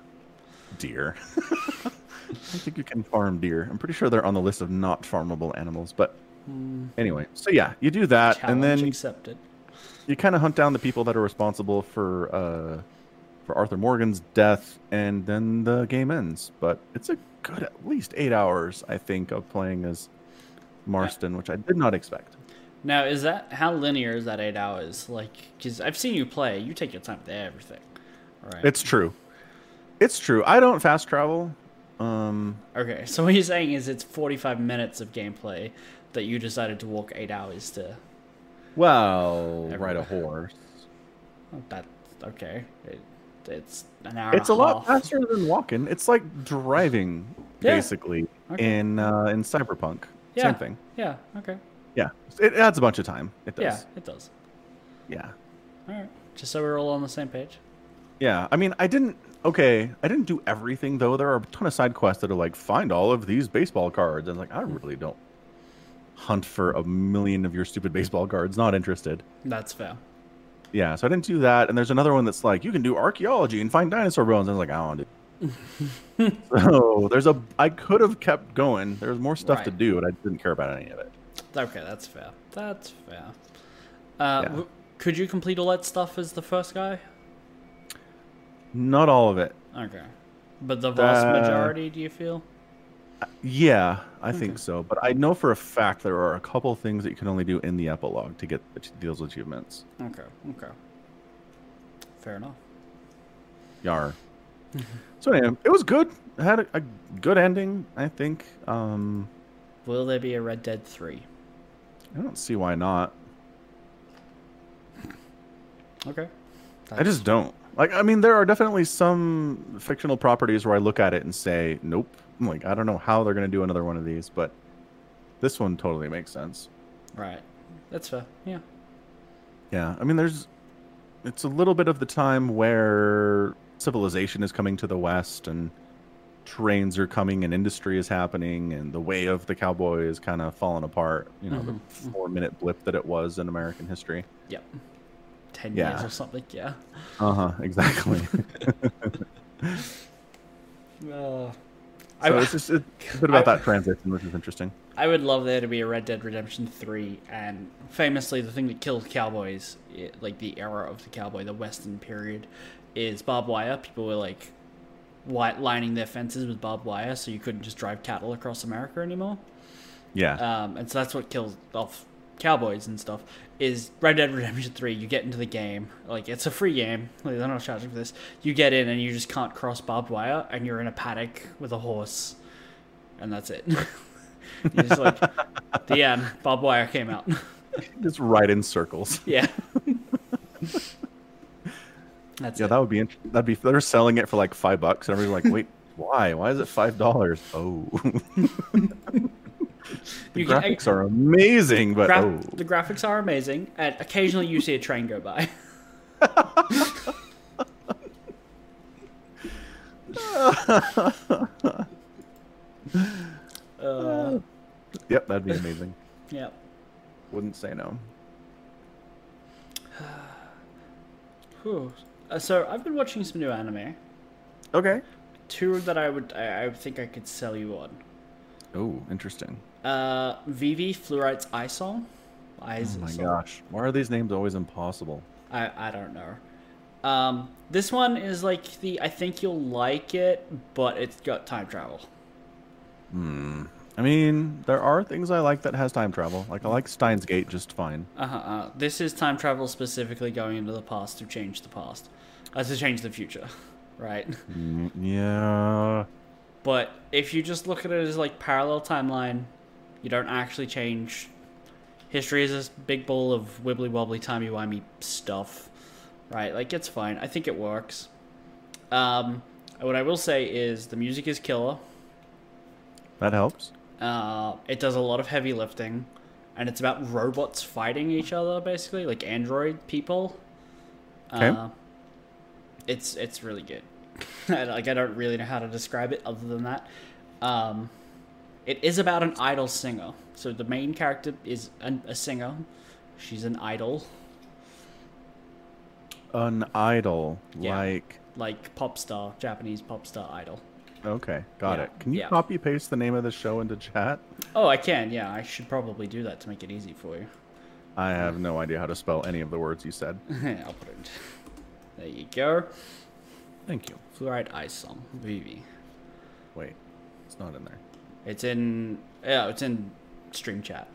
Deer. I don't think you can farm deer. I'm pretty sure they're on the list of not farmable animals. But anyway, so yeah, you do that,
Challenge
and then you-
accepted.
you kind of hunt down the people that are responsible for uh, for Arthur Morgan's death, and then the game ends. But it's a good at least eight hours, I think, of playing as Marston, which I did not expect.
Now, is that how linear is that eight hours? Like, because I've seen you play, you take your time to everything, right?
It's true. It's true. I don't fast travel. Um,
okay. So what you're saying is it's 45 minutes of gameplay that you decided to walk eight hours to.
well,
Never
ride a
mind.
horse.
Oh, That okay? It, it's an hour.
It's a
and
lot
half.
faster than walking. It's like driving,
Uh-huh. Yeah.
basically,
Okay.
in uh, in Cyberpunk.
Yeah.
Same thing.
Yeah. Okay.
Yeah, it adds a bunch of time. It
Yeah,
does.
it does.
yeah.
All right. Just so we're all on the same page.
Yeah, I mean, I didn't. Okay, I didn't do everything though. There are a ton of side quests that are like find all of these baseball cards, and like I
Hmm.
really don't hunt for a million of your stupid baseball cards. Not interested.
That's fair.
Yeah, so I didn't do that. And there's another one that's like you can do archaeology and find dinosaur bones. And I was like, I don't want to. so there's a. I could have kept going. There's more stuff to
Right.
do, and I didn't care about any of it.
Okay, that's fair. That's fair. Uh,
Yeah.
w- could you complete all that stuff as the first guy?
Not all of it.
Okay. But the vast
Uh,
majority, do you feel?
Yeah, I think so. But I know for a fact there are a couple things that you can only do in the epilogue to get those achievements.
Okay, okay. Fair enough.
Yar. so anyway, it was good. It had a, a good ending, I think. Um,
Will there be a Red Dead 3?
I don't see why not.
Okay.
I just don't. Like, I mean, there are definitely some fictional properties where I look at it and say, "Nope." I'm like, I don't know how they're gonna do another one of these, but this one totally makes sense.
Right. That's fair. Yeah.
Yeah, I mean, there's. It's a little bit of the time where civilization is coming to the west and trains are coming and industry is happening and the way of the cowboy is kind of falling apart. You know,
Mhm,
the four minute blip that it was in American history.
Yep. 10 years
Yeah.
or something, yeah.
Uh huh. Exactly.
Uh, I,
so
w-
it's just a bit about that transition, which is interesting.
I would love there to be a Red Dead Redemption 3, and famously, the thing that killed cowboys, i like the era of the cowboy, the Western period, is barbed wire. People were like wi- lining their fences with barbed wire so you couldn't just drive cattle across America anymore.
Yeah.
um, and so that's what kills off cowboys and stuff is red dead redemption 3 you get into the game like it's a free game like they're not charging for this you get in and you just can't cross barbed wire and you're in a paddock with a horse and that's it you're just like the end barbed wire came out
just right in circles.
yeah that's
Yeah,
it
that would be int- that'd be they're selling it for like five bucks, and everybody's like, "Wait, why? Why is it five dollars?" Oh, The
You can-
graphics are amazing, but
Gra-
oh,
The graphics are amazing, and occasionally you see a train go by. uh,
yep, that'd be amazing.
yeah.
Wouldn't say no.
Whew. Uh, so I've been watching some new anime.
Okay.
Two that I would I, I would think I could sell you on.
Oh, interesting.
Uh, Vivi Fluorite's Eye Song. Eyes
Oh my
Song.
gosh, why are these names always impossible?
I I don't know. Um, this one is like the I think you'll like it, but it's got time travel.
I mean, there are things I like that has time travel. Like I like Steins Gate just fine.
Uh-huh, uh This is time travel specifically going into the past to change the past, uh, to change the future, right?
Mm, yeah.
but if you just look at it as like parallel timeline, you don't actually change. History is this big bowl of wibbly wobbly timey wimey stuff, right? Like it's fine. I think it works. Um, what I will say is the music is killer.
That helps.
Uh, it does a lot of heavy lifting, and it's about robots fighting each other, basically, like android people.
Okay.
Uh, it's it's really good. I, like I don't really know how to describe it other than that. Um, it is about an idol singer. So the main character is an, a singer. She's an idol,
An idol,
Yeah.
like
like pop star, Japanese pop star idol.
okay, got
Yeah,
it. Can you
yeah.
copy paste the name of the show into chat?
Oh, I can. Yeah, I should probably do that to make it easy for you.
I have no idea how to spell any of the words you said.
I'll put it. in- There you go.
Thank you.
Fluoride Ice Song, Vivi.
Wait, it's not in there.
It's in yeah, it's in stream chat.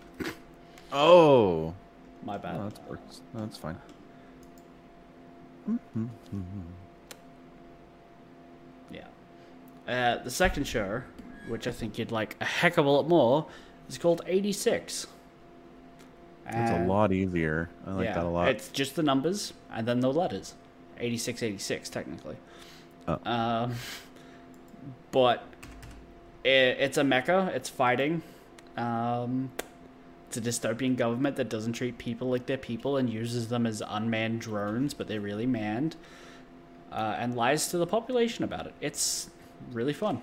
Oh,
My bad.
no, that's works. No, that's fine.
yeah. Uh, the second show, which I think you'd like a heck of a lot more, is called 86.
That's a
And-
lot easier. I like that a lot.
Uh, It's just the numbers and then the letters. 86, 86, technically.
Oh.
Um, but i it's a mecha. It's fighting. Um, it's a dystopian government that doesn't treat people like they're people and uses them as unmanned drones, but they're really manned. Uh, and lies to the population about it. It's really fun.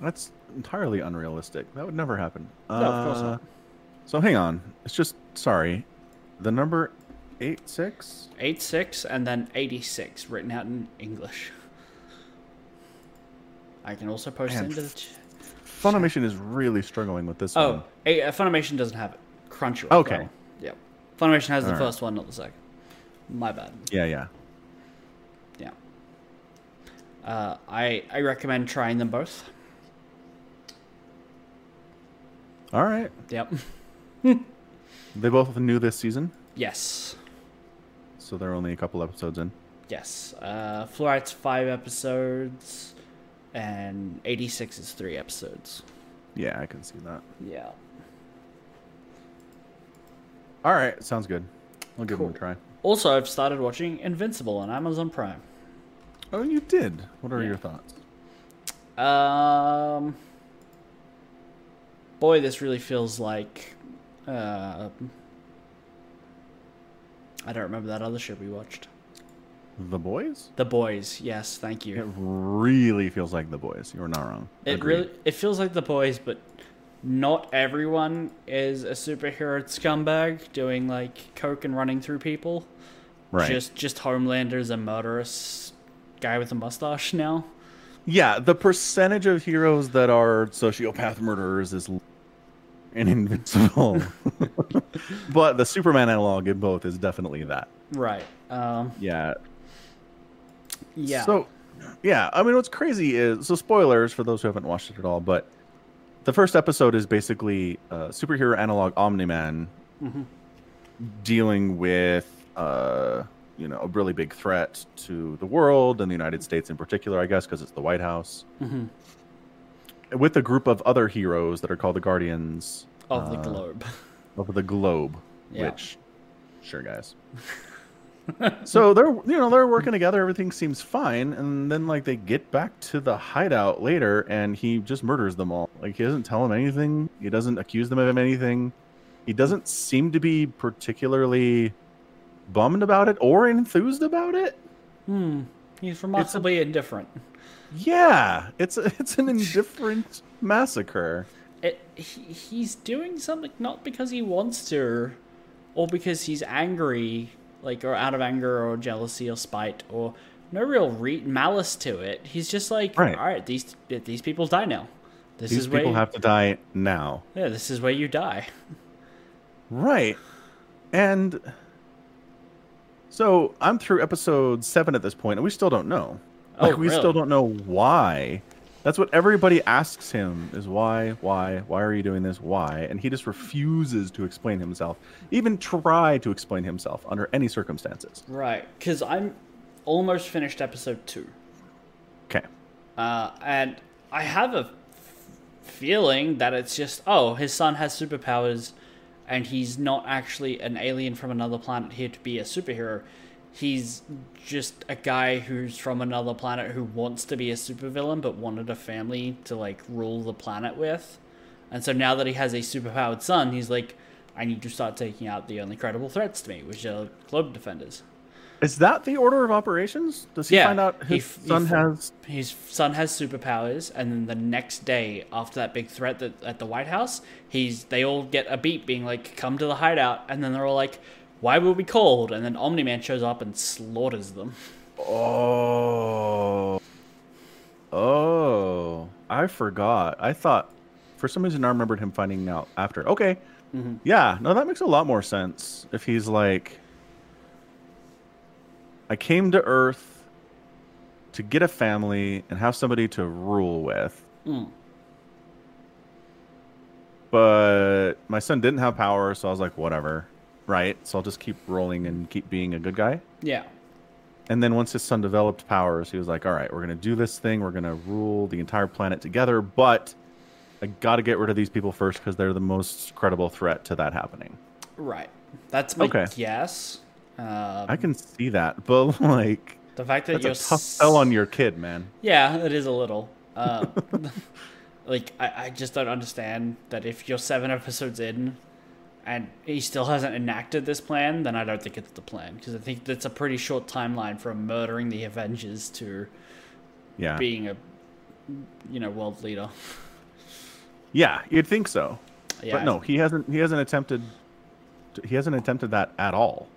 That's entirely unrealistic. That would never happen. Uh,
No, of course not.
So hang on. It's just sorry. The number eight six.
86 and then 86 written out in English. I can also post
Man,
it into the ch-
Funimation is really struggling with this one.
Oh, eh, uh, Funimation doesn't have it. Crunchyroll.
Okay.
sorry. Yep. Funimation has the
Alright.
first one, not the second. My bad.
Yeah, yeah.
Yeah. Uh, I I recommend trying them both.
All right.
Yep.
They both new this season,
Yes.
so they're only a couple episodes in.
Yes. Uh, Fluorite's five episodes, and 86 is three episodes.
Yeah, I can see that.
Yeah.
All right, sounds good. I'll give them
Cool.
a try.
Also, I've started watching Invincible on Amazon Prime.
Oh, you did. What are
Yeah.
your thoughts?
Um, boy, this really feels like. Uh, I don't remember that other show we watched.
The boys?
The Boys. Yes, thank
It
you.
really feels like the boys. You're not wrong.
It
Agreed.
really it feels like The Boys, but not everyone is a superhero scumbag doing like coke and running through people.
right.
Just just Homelander's a murderous guy with a mustache now.
Yeah, the percentage of heroes that are sociopath murderers is l- and invincible. but the Superman analog in both is definitely that.
Right. Um,
Yeah.
yeah.
So, yeah, I mean, what's crazy is so spoilers for those who haven't watched it at all, but the first episode is basically uh, superhero analog Omni Man dealing with, uh, you know, a really big threat to the world and the United States in particular, I guess, because it's the White House.
Mhm.
With a group of other heroes that are called the Guardians
of the
uh,
globe.
of the globe,
Yeah.
which, sure, guys. so they're you know they're working together everything seems fine and then like they get back to the hideout later and he just murders them all like he doesn't tell them anything he doesn't accuse them of anything he doesn't seem to be particularly bummed about it or enthused about it
Hmm. He's remarkably indifferent.
yeah it's a, it's an indifferent massacre
It, he, he's doing something not because he wants to, or because he's angry, like or out of anger or jealousy or spite or no real re- malice to it. He's just like,
Right.
all right, these these people die now. This
these
is where
people have to die now
yeah, this is where you die.
Right. And so I'm through episode seven at this point, and we still don't know.
Oh,
Like, we still
really?
don't know why. That's what everybody asks him is why, why, why are you doing this? Why? And he just refuses to explain himself, even try to explain himself under any circumstances.
Right, because I'm almost finished episode two,
Okay.
uh, and I have a f- feeling that it's just oh, his son has superpowers, and he's not actually an alien from another planet here to be a superhero. He's just a guy who's from another planet who wants to be a supervillain but wanted a family to like rule the planet with. And so now that he has a superpowered son, he's like, I need to start taking out the only credible threats to me, which are globe defenders.
Is that the order of operations? Does he
Yeah,
find out
he
his
f- he
son
f-
has.
his son has superpowers, and then the next day after that big threat that, at the White House, he's they all get a beep being like, "Come to the hideout," and then they're all like, "Why were we called?" And then Omni Man shows up and slaughters them.
Oh. Oh. I forgot. I thought for some reason I remembered him finding out after. Okay. Yeah, no that makes a lot more sense if he's like I came to Earth to get a family and have somebody to rule with.
Mm.
But my son didn't have power, so I was like whatever. Right? So I'll just keep rolling and keep being a good guy.
Yeah,
And then once his son developed powers, he was like, all right, we're going to do this thing. We're going to rule the entire planet together. But I got to get rid of these people first because they're the most credible threat to that happening.
right. That's my
Okay.
guess. Uh,
I can see that. But, like,
the fact that
that's
you're
a tough sell on your kid, man.
Yeah, it is a little. Uh, like I, I just don't understand that if you're seven episodes in, and he still hasn't enacted this plan, then I don't think it's the plan because I think that's a pretty short timeline from murdering the Avengers to
Yeah.
being a, you know, world leader.
Yeah, you'd think so.
Yeah,
but no, he hasn't. He hasn't attempted. to- He hasn't attempted that at all.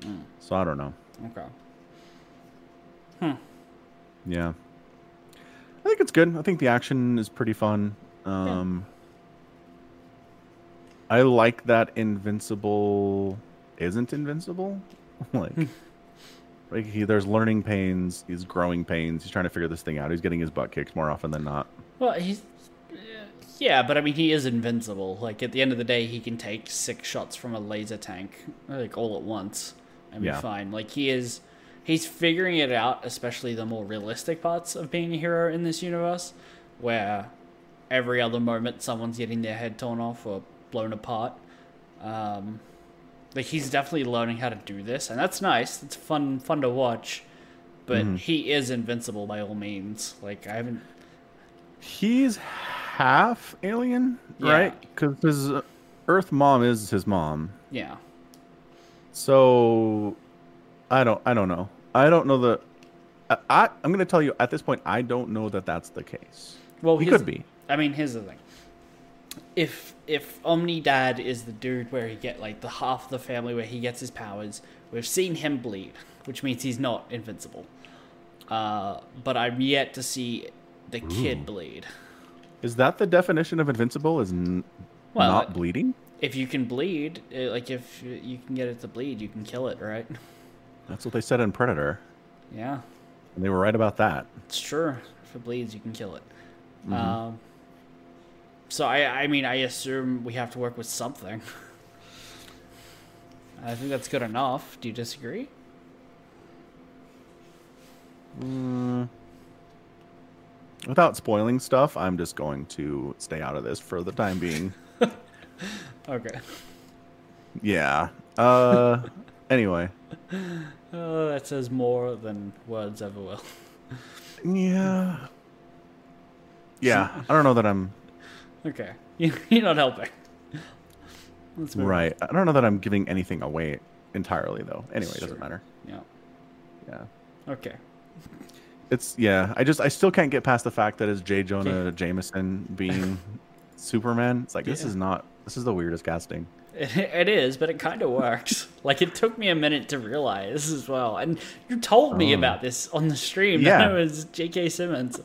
Mm.
So I don't know.
Okay.
Yeah. I think it's good. I think the action is pretty fun. Um I like that invincible isn't invincible. like like he there's learning pains, he's growing pains, he's trying to figure this thing out. He's getting his butt kicked more often than not.
Well, he's. Yeah, but I mean, he is invincible. Like at the end of the day, he can take six shots from a laser tank, like all at once, and
Yeah.
be fine. Like he is, he's figuring it out. Especially the more realistic parts of being a hero in this universe, where every other moment someone's getting their head torn off or blown apart. Um, like he's definitely learning how to do this, and that's nice. It's fun, fun to watch. But he is invincible by all means. Like I haven't
He's half alien,
Yeah.
right? Cuz his uh, earth mom is his mom.
Yeah.
So I don't I don't know. I don't know the I, I I'm going to tell you at this point I don't know that that's the case.
Well,
He
here's-
could be.
I mean, here's the thing. If if Omni Dad is the dude where he get like the half of the family where he gets his powers, we've seen him bleed, which means he's not invincible. Uh, but I'm yet to see the kid bleed.
Is that the definition of invincible is n-
Well,
not
it-
bleeding?
If you can bleed, uh, like if you can get it to bleed, you can kill it, right?
That's what they said in Predator.
Yeah.
And they were right about that.
It's true. If it bleeds, you can kill it.
Mm-hmm.
Um, so I, I mean, I assume we have to work with something. I think that's good enough. Do you disagree?
Without spoiling stuff, I'm just going to stay out of this for the time being.
Okay.
yeah. Uh anyway,
Oh, that says more than words ever will.
Yeah. Yeah. I don't know that I'm
Okay, you, you're not helping. Let's move on.
right. I don't know that I'm giving anything away entirely though. Anyway, it doesn't
Sure.
matter.
Yeah.
Yeah.
Okay.
It's yeah. I just I still can't get past the fact that it's J. Jonah Jameson being Superman. It's like this
Yeah.
is not this is the weirdest casting.
It, it is, but it kind of works. like it took me a minute to realize as well. And you told me
Oh.
about this on the stream.
Yeah.
that it was J.K. Simmons,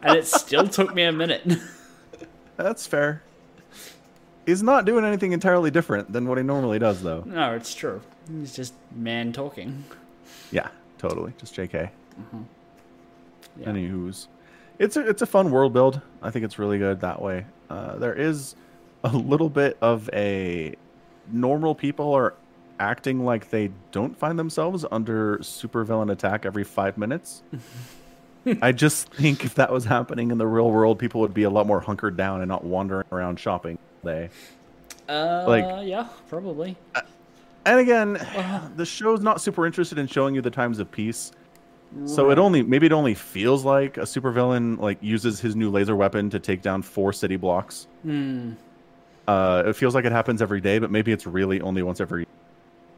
and it still took me a minute.
That's fair. He's not doing anything entirely different than what he normally does though.
no, it's true. It's just man talking.
Yeah, totally. Just JK.
Yeah.
Any who's. It's a, it's a fun world build. I think it's really good that way. Uh, there is a little bit of a normal people are acting like they don't find themselves under supervillain attack every five minutes. I just think if that was happening in the real world, people would be a lot more hunkered down and not wandering around shopping all day.
Uh,
Like-
yeah, probably.
And again, the show's not super interested in showing you the times of peace. So it only maybe it only feels like a supervillain like uses his new laser weapon to take down four city blocks. Uh, it feels like it happens every day, but maybe it's really only once every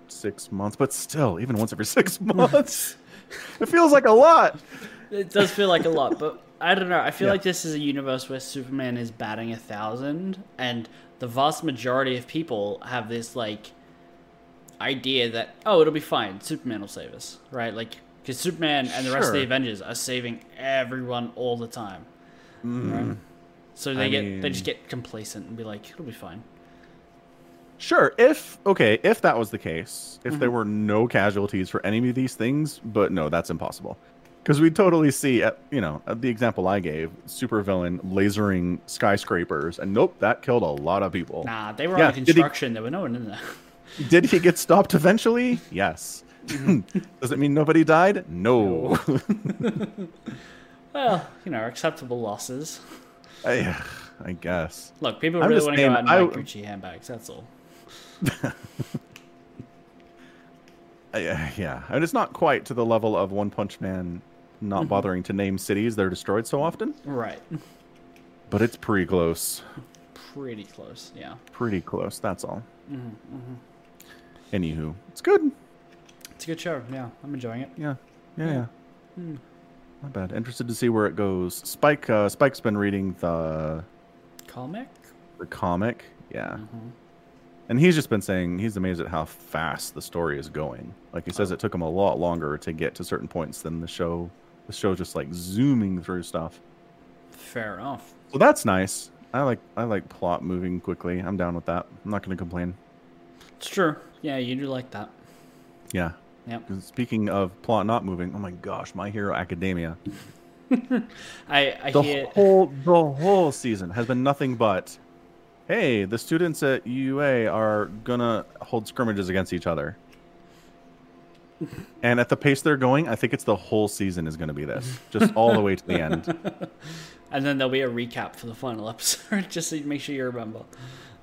six months. But still, even once every six months, it feels like a lot.
It does feel like a lot, but I don't know. I feel
Yeah.
like this is a universe where Superman is batting a thousand, and the vast majority of people have this like idea that oh, it'll be fine. Superman will save us, right? Like because Superman and the rest of the
Sure.
Avengers are saving everyone all the time. Right? So they
Mm. I
get they
mean-
just get complacent and be like, it'll be fine.
Sure, if okay, if that was the case, if there were no casualties for any of these things, but no, that's impossible. Because we totally see, uh, you know, uh, the example I gave, supervillain lasering skyscrapers, and nope, that killed a lot of people.
Nah, they were
Yeah,
on
did he-
construction. There were no one in there.
Did he get stopped eventually? Yes. Does it mean nobody died? No.
well, you know, acceptable losses.
I, uh, I guess.
Look, people
I'm
really
just
want to go
saying,
out and
I
buy
w-
Gucci handbags. That's all.
I, uh, yeah, and it's not quite to the level of One Punch Man not bothering to name cities they're destroyed so often,
Right.
but it's pretty close.
Pretty close, yeah.
pretty close. That's all. Anywho, it's good.
It's a good show, yeah. I'm enjoying it.
Yeah, yeah, yeah. Not bad. Interested to see where it goes. Spike. Uh, Spike's been reading the
Comic?
the comic. Yeah. And he's just been saying he's amazed at how fast the story is going. Like he says, it took him a lot longer to get to certain points than the show. The show just like zooming through stuff.
Fair enough.
So that's nice. I like I like plot moving quickly. I'm down with that. I'm not going to complain.
It's true. Yeah, you do like that.
Yeah.
Yep.
Mm. Speaking of plot not moving, oh my gosh, My Hero Academia.
I, I
The
hear
whole the whole season has been nothing but, hey, the students at UA are gonna hold scrimmages against each other. and at the pace they're going, I think it's the whole season is gonna be this, just all the way to the end.
and then there'll be a recap for the final episode, just so you make sure you remember.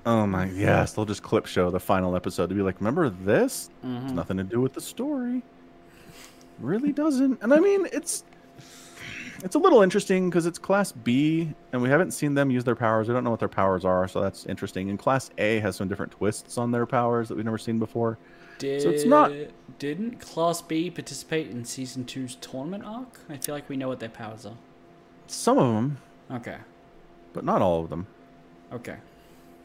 Oh my yes, they'll just clip show the final episode to be like, remember this? It's nothing to do with the story. Really doesn't. And I mean, it's it's a little interesting because it's class B, and we haven't seen them use their powers. We don't know what their powers are, so that's interesting. And class A has some different twists on their powers that we've never seen before.
Did
it's not-
didn't Class B participate in season two's tournament arc? I feel like we know what their powers are.
Some of them,
Okay.
but not all of them.
Okay.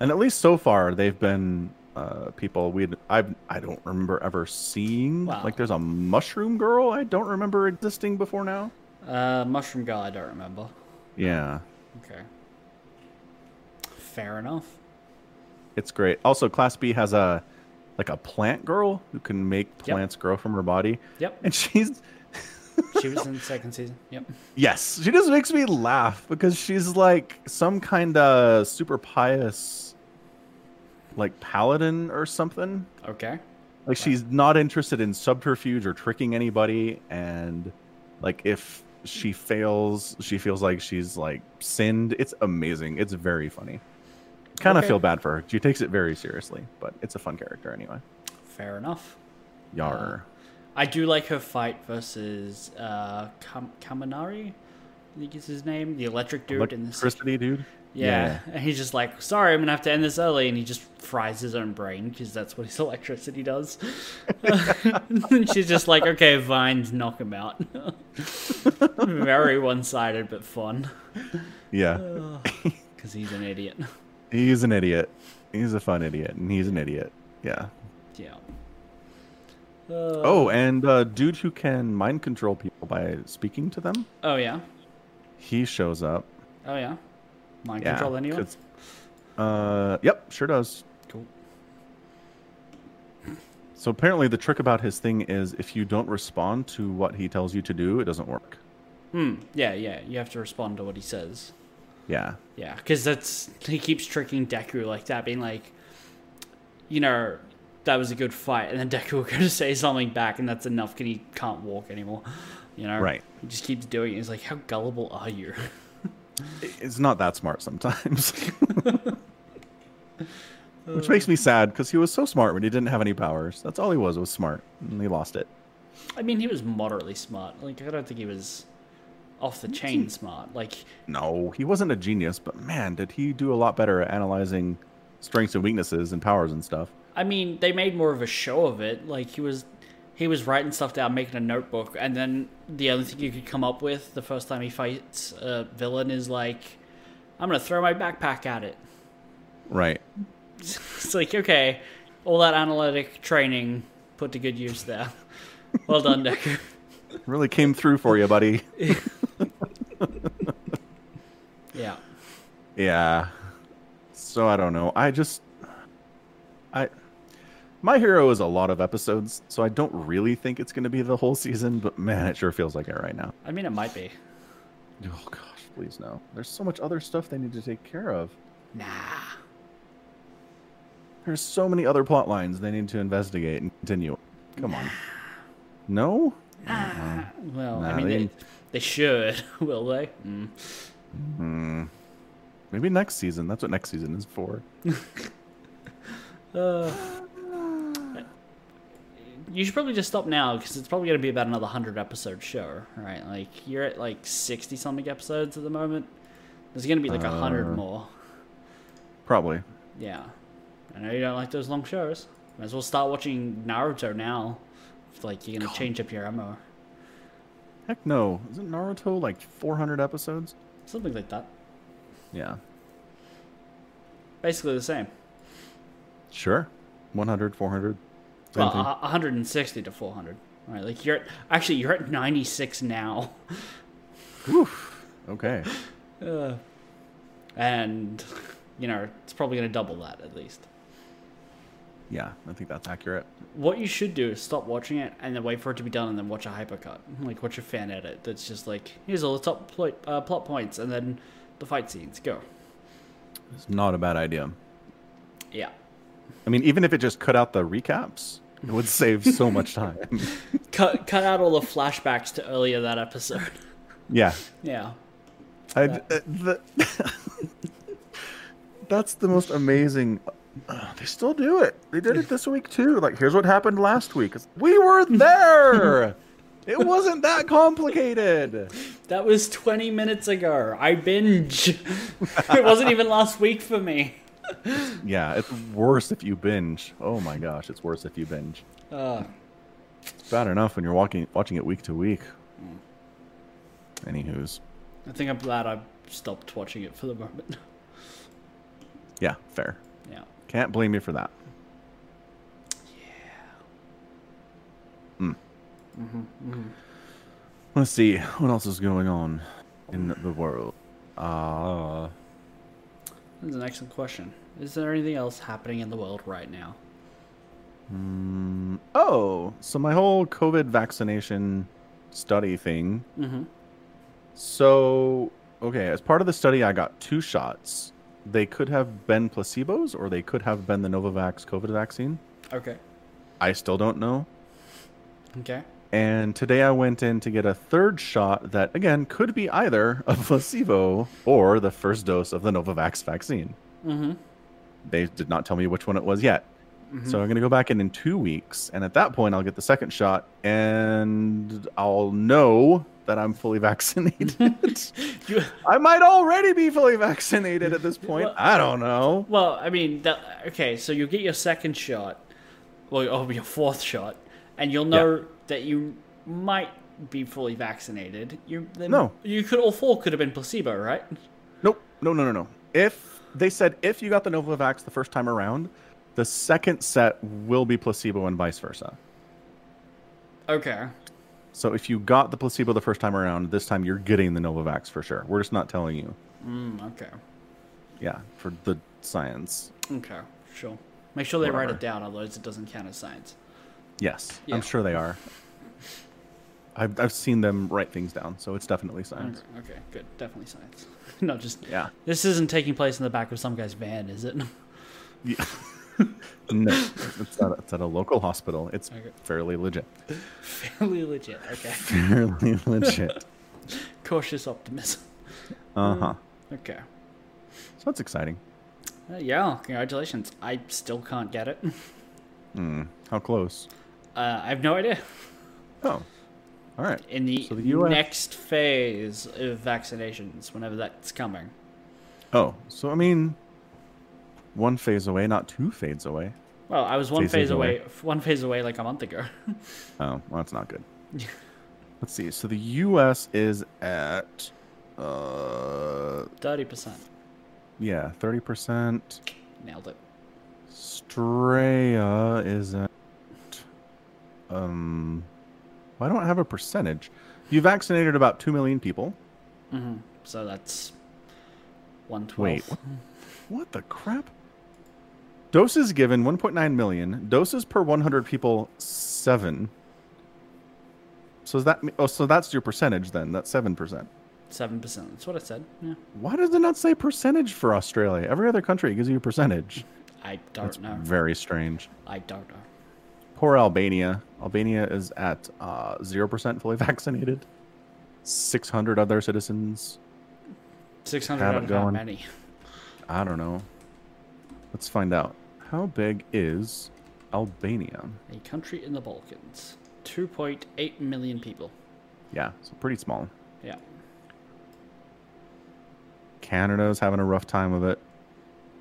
And at least so far, they've been uh, people we I've I don't remember ever seeing.
Wow.
Like there's a mushroom girl I don't remember existing before now.
Uh Mushroom Girl I don't remember.
Yeah,
Okay. Fair enough.
it's great. Also, Class B has a like a plant girl who can make plants grow from her body,
Yep.
and she's
She was in the second season. Yep.
yes, she just makes me laugh because she's like some kind of super pious, like paladin or something.
Okay.
Like she's not interested in subterfuge or tricking anybody, and like if she fails, she feels like she's like sinned. It's amazing. It's very funny. Kind of
Okay.
feel bad for her. She takes it very seriously, but it's a fun character anyway.
Fair enough.
Yar.
I do like her fight versus uh, Kam- Kaminari, I think is his name, the electric dude in this.
Electricity, dude.
Yeah. and he's just like, sorry, I'm gonna have to end this early, and he just fries his own brain because that's what his electricity does. and she's just like, okay, vines, knock him out. Very one-sided but fun
Yeah.
Uh. because he's an idiot.
He's an idiot. He's a fun idiot, and he's an idiot. Yeah.
Yeah.
Oh, and uh, dude who can mind control people by speaking to them,
Oh yeah.
he shows up.
Oh yeah. Mind
Yeah,
control anyone.
'cause- Uh, yep, sure does.
Cool.
So apparently, the trick about his thing is if you don't respond to what he tells you to do, it doesn't work.
Hmm. Yeah, yeah. You have to respond to what he says.
Yeah.
Yeah, because that's he keeps tricking Deku like that, being like, you know, that was a good fight, and then Deku will go to say something back, and that's enough, and he can't walk anymore. You know,
Right.
He just keeps doing it. He's like, how gullible are you?
I- It's not that smart sometimes. Which makes me sad because he was so smart when he didn't have any powers. That's all he was was smart, and he lost it.
I mean, he was moderately smart. Like, I don't think he was off the chain smart. Like,
No, he wasn't a genius, but man, did he do a lot better at analyzing strengths and weaknesses and powers and stuff.
I mean, they made more of a show of it. Like he was, he was writing stuff down, making a notebook, and then the only thing you could come up with the first time he fights a villain is like, "I'm gonna throw my backpack at it."
Right.
It's like, okay, all that analytic training put to good use there. Well done, Decker.
Really came through for you, buddy.
Yeah.
Yeah. So I don't know. I just I My Hero is a lot of episodes, so I don't really think it's going to be the whole season, but man, it sure feels like it right now.
I mean, it might be.
Oh gosh, please no. There's so much other stuff they need to take care of.
Nah.
There's so many other plot lines they need to investigate and continue. Come on. No?
Well, I
Nah,
mean,
they-
they, they should, will they? Mm.
Maybe next season. That's what next season is for.
Uh, you should probably just stop now because it's probably going to be about another 100 episode show, right? Like, you're at like 60 something episodes at the moment. There's going to be like a 100
Uh.
more.
Probably.
Yeah. I know you don't like those long shows. Might as well start watching Naruto now. If, like, you're going to change up your MO.
Heck no. Isn't Naruto like 400 episodes?
Something like that.
Yeah.
Basically the same.
Sure. 100, 400. Same
Well,
thing.
a- 160 to 400. Right? Like, you're at, actually, you're at 96 now.
Okay.
Uh, and, you know, it's probably going to double that at least.
Yeah, I think that's accurate.
What you should do is stop watching it and then wait for it to be done and then watch a hypercut. Like, watch a fan edit that's just like, here's all the top plot, uh, plot points and then the fight scenes. Go.
It's not a bad idea.
Yeah.
I mean, even if it just cut out the recaps, it would save so much time.
Cut, cut out all the flashbacks to earlier that episode.
yeah.
yeah.
I, uh, the, that's the most amazing. Uh, they still do it. They did it this week too. Like, here's what happened last week. It's- We were there. it wasn't that complicated.
That was 20 minutes ago. I binge. it wasn't even last week for me.
Yeah, it's worse if you binge. Oh my gosh, it's worse if you binge.
Uh,
It's bad enough when you're walking, watching it week to week. Anywho's.
I think I'm glad I stopped watching it for the moment.
Yeah, fair.
Yeah.
Can't blame you for that. Yeah. Mm. Mm-hmm, Hmm. Let's see what else is going on in the world. Uh,
That's an excellent question. Is there anything else happening in the world right now?
oh, so my whole COVID vaccination study thing.
Mm-hmm.
So, okay, as part of the study, I got two shots. They could have been placebos, or they could have been the Novavax COVID vaccine.
Okay.
I still don't know.
Okay.
And today I went in to get a third shot that, again, could be either a placebo or the first dose of the Novavax vaccine.
Mm-hmm.
They did not tell me which one it was yet. So I'm going to go back in in two weeks, and at that point, I'll get the second shot, and I'll know that I'm fully vaccinated.
You,
I might already be fully vaccinated at this point.
Well-
I don't know.
well, I mean, that, okay, so you'll get your second shot, well, or your fourth shot, and you'll know that you might be fully vaccinated. You then-
No.
you could all four could have been placebo, right?
Nope. No, no, no, no. If they said if you got the Novavax the first time around, the second set will be placebo and vice versa.
Okay,
So if you got the placebo the first time around, this time you're getting the Novavax for sure. We're just not telling you.
mm, okay,
Yeah, for the science.
okay, sure. Make sure they write
Whatever.
it down, otherwise it doesn't count as science.
Yes,
Yeah.
I'm sure they are. I've, I've seen them write things down, so it's definitely
Okay,
science.
okay, good, definitely science. no, just
Yeah.
this isn't taking place in the back of some guy's van, is it?
Yeah. no, it's at, a, it's at a local hospital. It's
Okay.
fairly legit.
Fairly legit. Okay,
Fairly legit.
cautious optimism.
Uh huh.
Okay.
So that's exciting.
Uh, yeah, congratulations. I still can't get it.
Mm. How close?
Uh, I have no idea.
Oh. All right.
In the,
So the US
next phase of vaccinations, whenever that's coming.
Oh, so I mean, one phase away, not two phase away.
Well, I was one
Phases
phase
away.
away, one phase away like a month ago.
Oh, well, that's not good. Let's see. So the U.S. is at, uh,
Thirty percent.
yeah, thirty percent.
Nailed it.
Straya is at um I don't have a percentage. You vaccinated about two million people.
hmm So that's one
Wait,
twelfth.
what, what the crap? Doses given 1.9 million. Doses per 100 people seven. So is that oh so that's your percentage then? That's seven percent.
Seven percent. That's what I said. Yeah.
Why does it not say percentage for Australia? Every other country gives you a percentage.
I don't
That's
know.
very strange.
I don't know.
Poor Albania. Albania is at uh, zero percent fully vaccinated. Six hundred other citizens.
Six hundred
Have it
out of how
going.
many?
I don't know. Let's find out. How big is Albania?
A country in the Balkans. Two point eight million people.
Yeah, so pretty small.
Yeah.
Canada's having a rough time of it.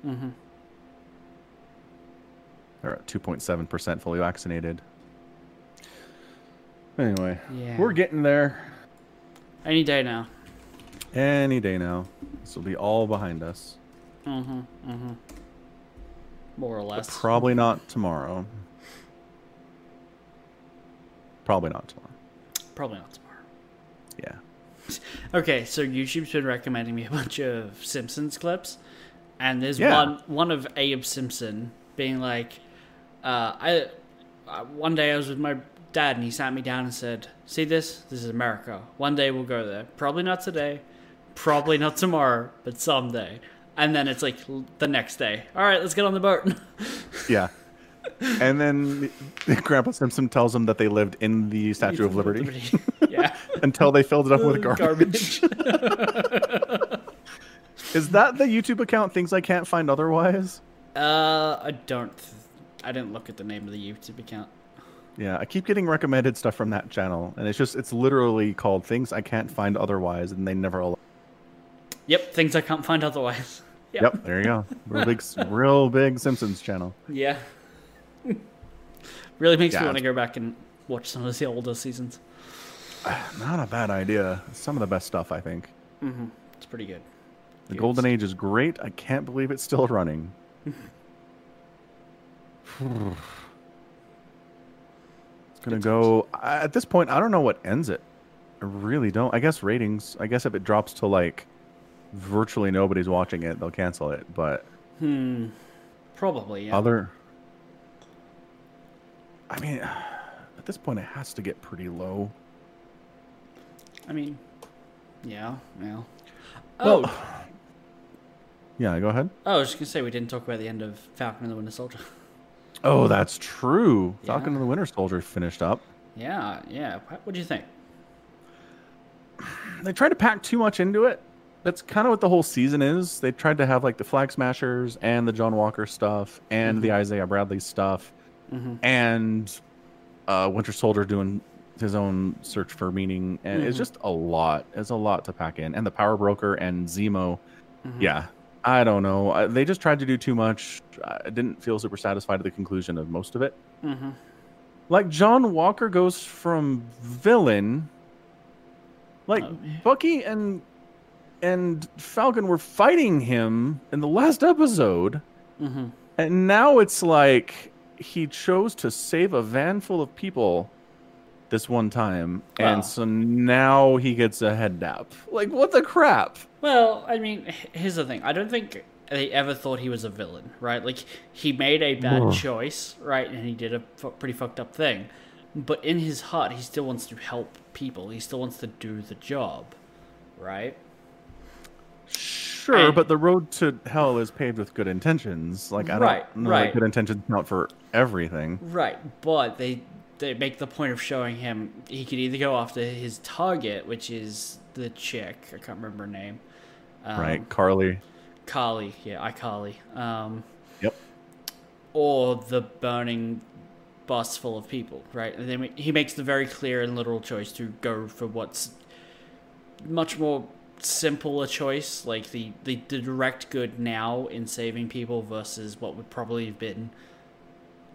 Mm-hmm.
They're at two point seven percent fully vaccinated. Anyway,
Yeah.
we're getting there
Any day now.
any day now. This will be all behind us.
Mm-hmm. Mm-hmm. More or less.
Probably not tomorrow. Probably not tomorrow.
Probably not tomorrow.
Yeah.
Okay, so YouTube's been recommending me a bunch of Simpsons clips, and there's
Yeah.
one one of Abe Simpson being like, uh, "I uh, one day I was with my dad and he sat me down and said, "See this? This is America. One day we'll go there. Probably not today, probably not tomorrow, but someday." And then it's like l- the next day. All right, let's get on the boat.
Yeah. and then Grandpa Simpson tells them that they lived in the Statue of Liberty,
yeah.
until they filled it up with
Garbage.
garbage. Is that the YouTube account Things I Can't Find Otherwise?
Uh, I don't. Th- I didn't look at the name of the YouTube account.
Yeah, I keep getting recommended stuff from that channel, and it's just it's literally called Things I Can't Find Otherwise, and they never. Allow-
Yep, things I can't find otherwise. yep.
yep, there you go. Real big, real big Simpsons channel.
Yeah. really makes
Yeah,
me want to
it's-
go back and watch some of the older seasons.
Not a bad idea. Some of the best stuff, I think.
hmm It's pretty good.
The
Good
Golden
stuff.
Age is great. I can't believe it's still running. it's gonna go I- at this point. I don't know what ends it. I really don't. I guess ratings. I guess if it drops to like virtually nobody's watching it, they'll cancel it. But
Hmm. Probably. Yeah.
other, I mean, at this point, it has to get pretty low.
I mean. Yeah. Yeah. Oh.
Well- Yeah, go ahead.
oh, I was just gonna say we didn't talk about the end of Falcon and the Winter Soldier.
Oh, that's true.
Yeah.
Falcon and the Winter Soldier finished up.
yeah. Yeah. What, what do you think?
They tried to pack too much into it. that's kind of what the whole season is. They tried to have like the Flag Smashers and the John Walker stuff and the Isaiah Bradley stuff
Mm-hmm.
and uh, Winter Soldier doing his own search for meaning. And it's
Mhm.
just a lot. It's a lot to pack in. And the Power Broker and Zemo. Yeah. I don't know. I, they just tried to do too much. I didn't feel super satisfied at the conclusion of most of it.
Mm-hmm.
Like John Walker goes from villain. Like
Oh.
Bucky and and Falcon were fighting him in the last episode,
Mm-hmm.
and now it's like he chose to save a van full of people this one time,
Wow.
and so now he gets a head nap. Like what the crap?
Well, I mean, h- here's the thing. I don't think they ever thought he was a villain, right? Like he made a bad
No.
choice, right? And he did a fu- pretty fucked up thing. But in his heart, he still wants to help people. He still wants to do the job, right?
Sure,
And-
but the road to hell is paved with good intentions. Like I don't
Right,
know that
right.
good intentions count for everything.
Right, but they they make the point of showing him he could either go after his target, which is the chick I can't remember her name, um,
right, Carly.
Carly, yeah, I Carly, um,
Yep.
or the burning bus full of people, right? And then he makes the very clear and literal choice to go for what's much more simple a choice, like the, the, the direct good now in saving people versus what would probably have been,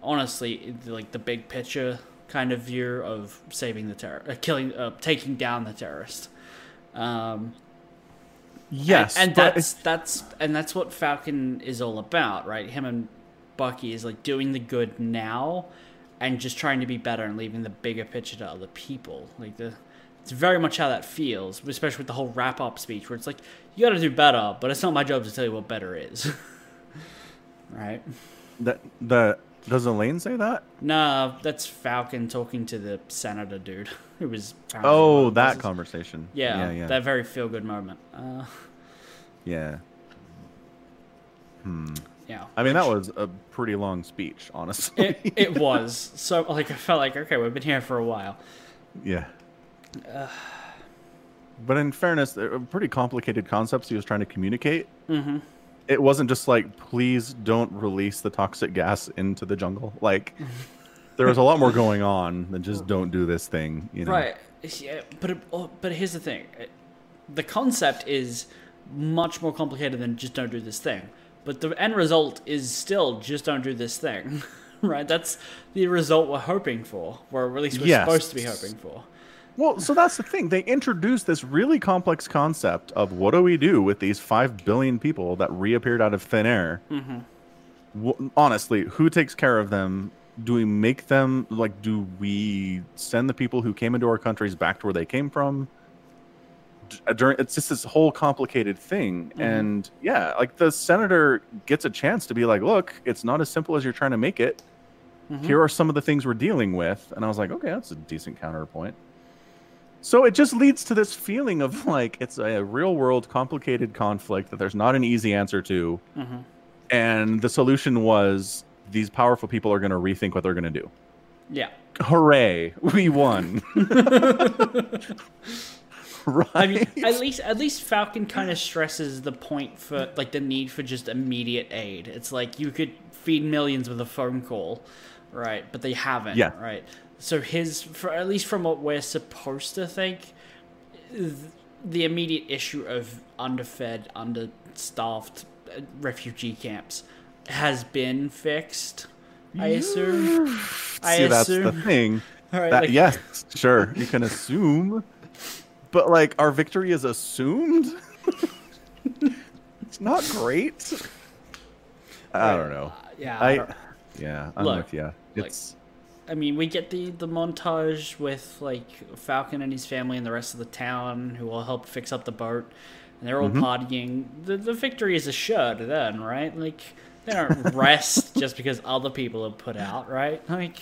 honestly, like the big picture kind of view of saving the terror, uh, killing, uh, taking down the terrorist. Um,
Yes,
and, and
but
that's that's and that's what Falcon is all about, right? Him and Bucky is like doing the good now, and just trying to be better and leaving the bigger picture to other people. Like the, it's very much how that feels, especially with the whole wrap up speech where it's like you got to do better, but it's not my job to tell you what better is, right?
That the does Elaine say that?
Nah, that's Falcon talking to the senator dude who was. apparently one of
Oh,
the
that
bosses.
conversation.
Yeah,
yeah, yeah.
that very feel good moment. Uh,
yeah.
yeah.
I mean, that was a pretty long speech, honestly.
it, it was so like i felt like okay we've been here for a while
yeah. but in fairness, there were pretty complicated concepts he was trying to communicate. Mm-hmm. It wasn't just like, please don't release the toxic gas into the jungle. Like, there was a lot more going on than just don't do this thing. You know?
right yeah, but it, oh, but here's the thing It- the concept is much more complicated than just don't do this thing but the end result is still just don't do this thing right that's the result we're hoping for or at least we're
Yes.
supposed to be hoping for
Well, so that's the thing. They introduced this really complex concept of what do we do with these 5 billion people that reappeared out of thin air? Wh- honestly, who takes care of them? Do we make them, like, do we send the people who came into our countries back to where they came from? D- uh, During, it's just this whole complicated thing. And yeah, like, the senator gets a chance to be like, look, it's not as simple as you're trying to make it. Here are some of the things we're dealing with. And I was like, okay, that's a decent counterpoint. So it just leads to this feeling of like it's a real world complicated conflict that there's not an easy answer to.
Mm-hmm.
And the solution was these powerful people are going to rethink what they're going to do.
yeah
Hooray, we won. right.
I mean, at least at least Falcon kind of stresses the point for like the need for just immediate aid. It's like you could feed millions with a phone call, right? But they haven't,
Yeah.
right? So his, for at least from what we're supposed to think, th- the immediate issue of underfed, understaffed uh, refugee camps has been fixed. I assume. I
See, that's
assume.
the thing.
All right,
That-
like-
yes, sure, you can assume, but like our victory is assumed. it's not great. I don't know.
Uh, yeah. I don't-
I, yeah, I'm
Look,
with you. It's
I mean, we get the the montage with like Falcon and his family and the rest of the town who all helped fix up the boat, and they're all partying. The the victory is assured then, right? Like they don't rest just because other people are put out, right? Like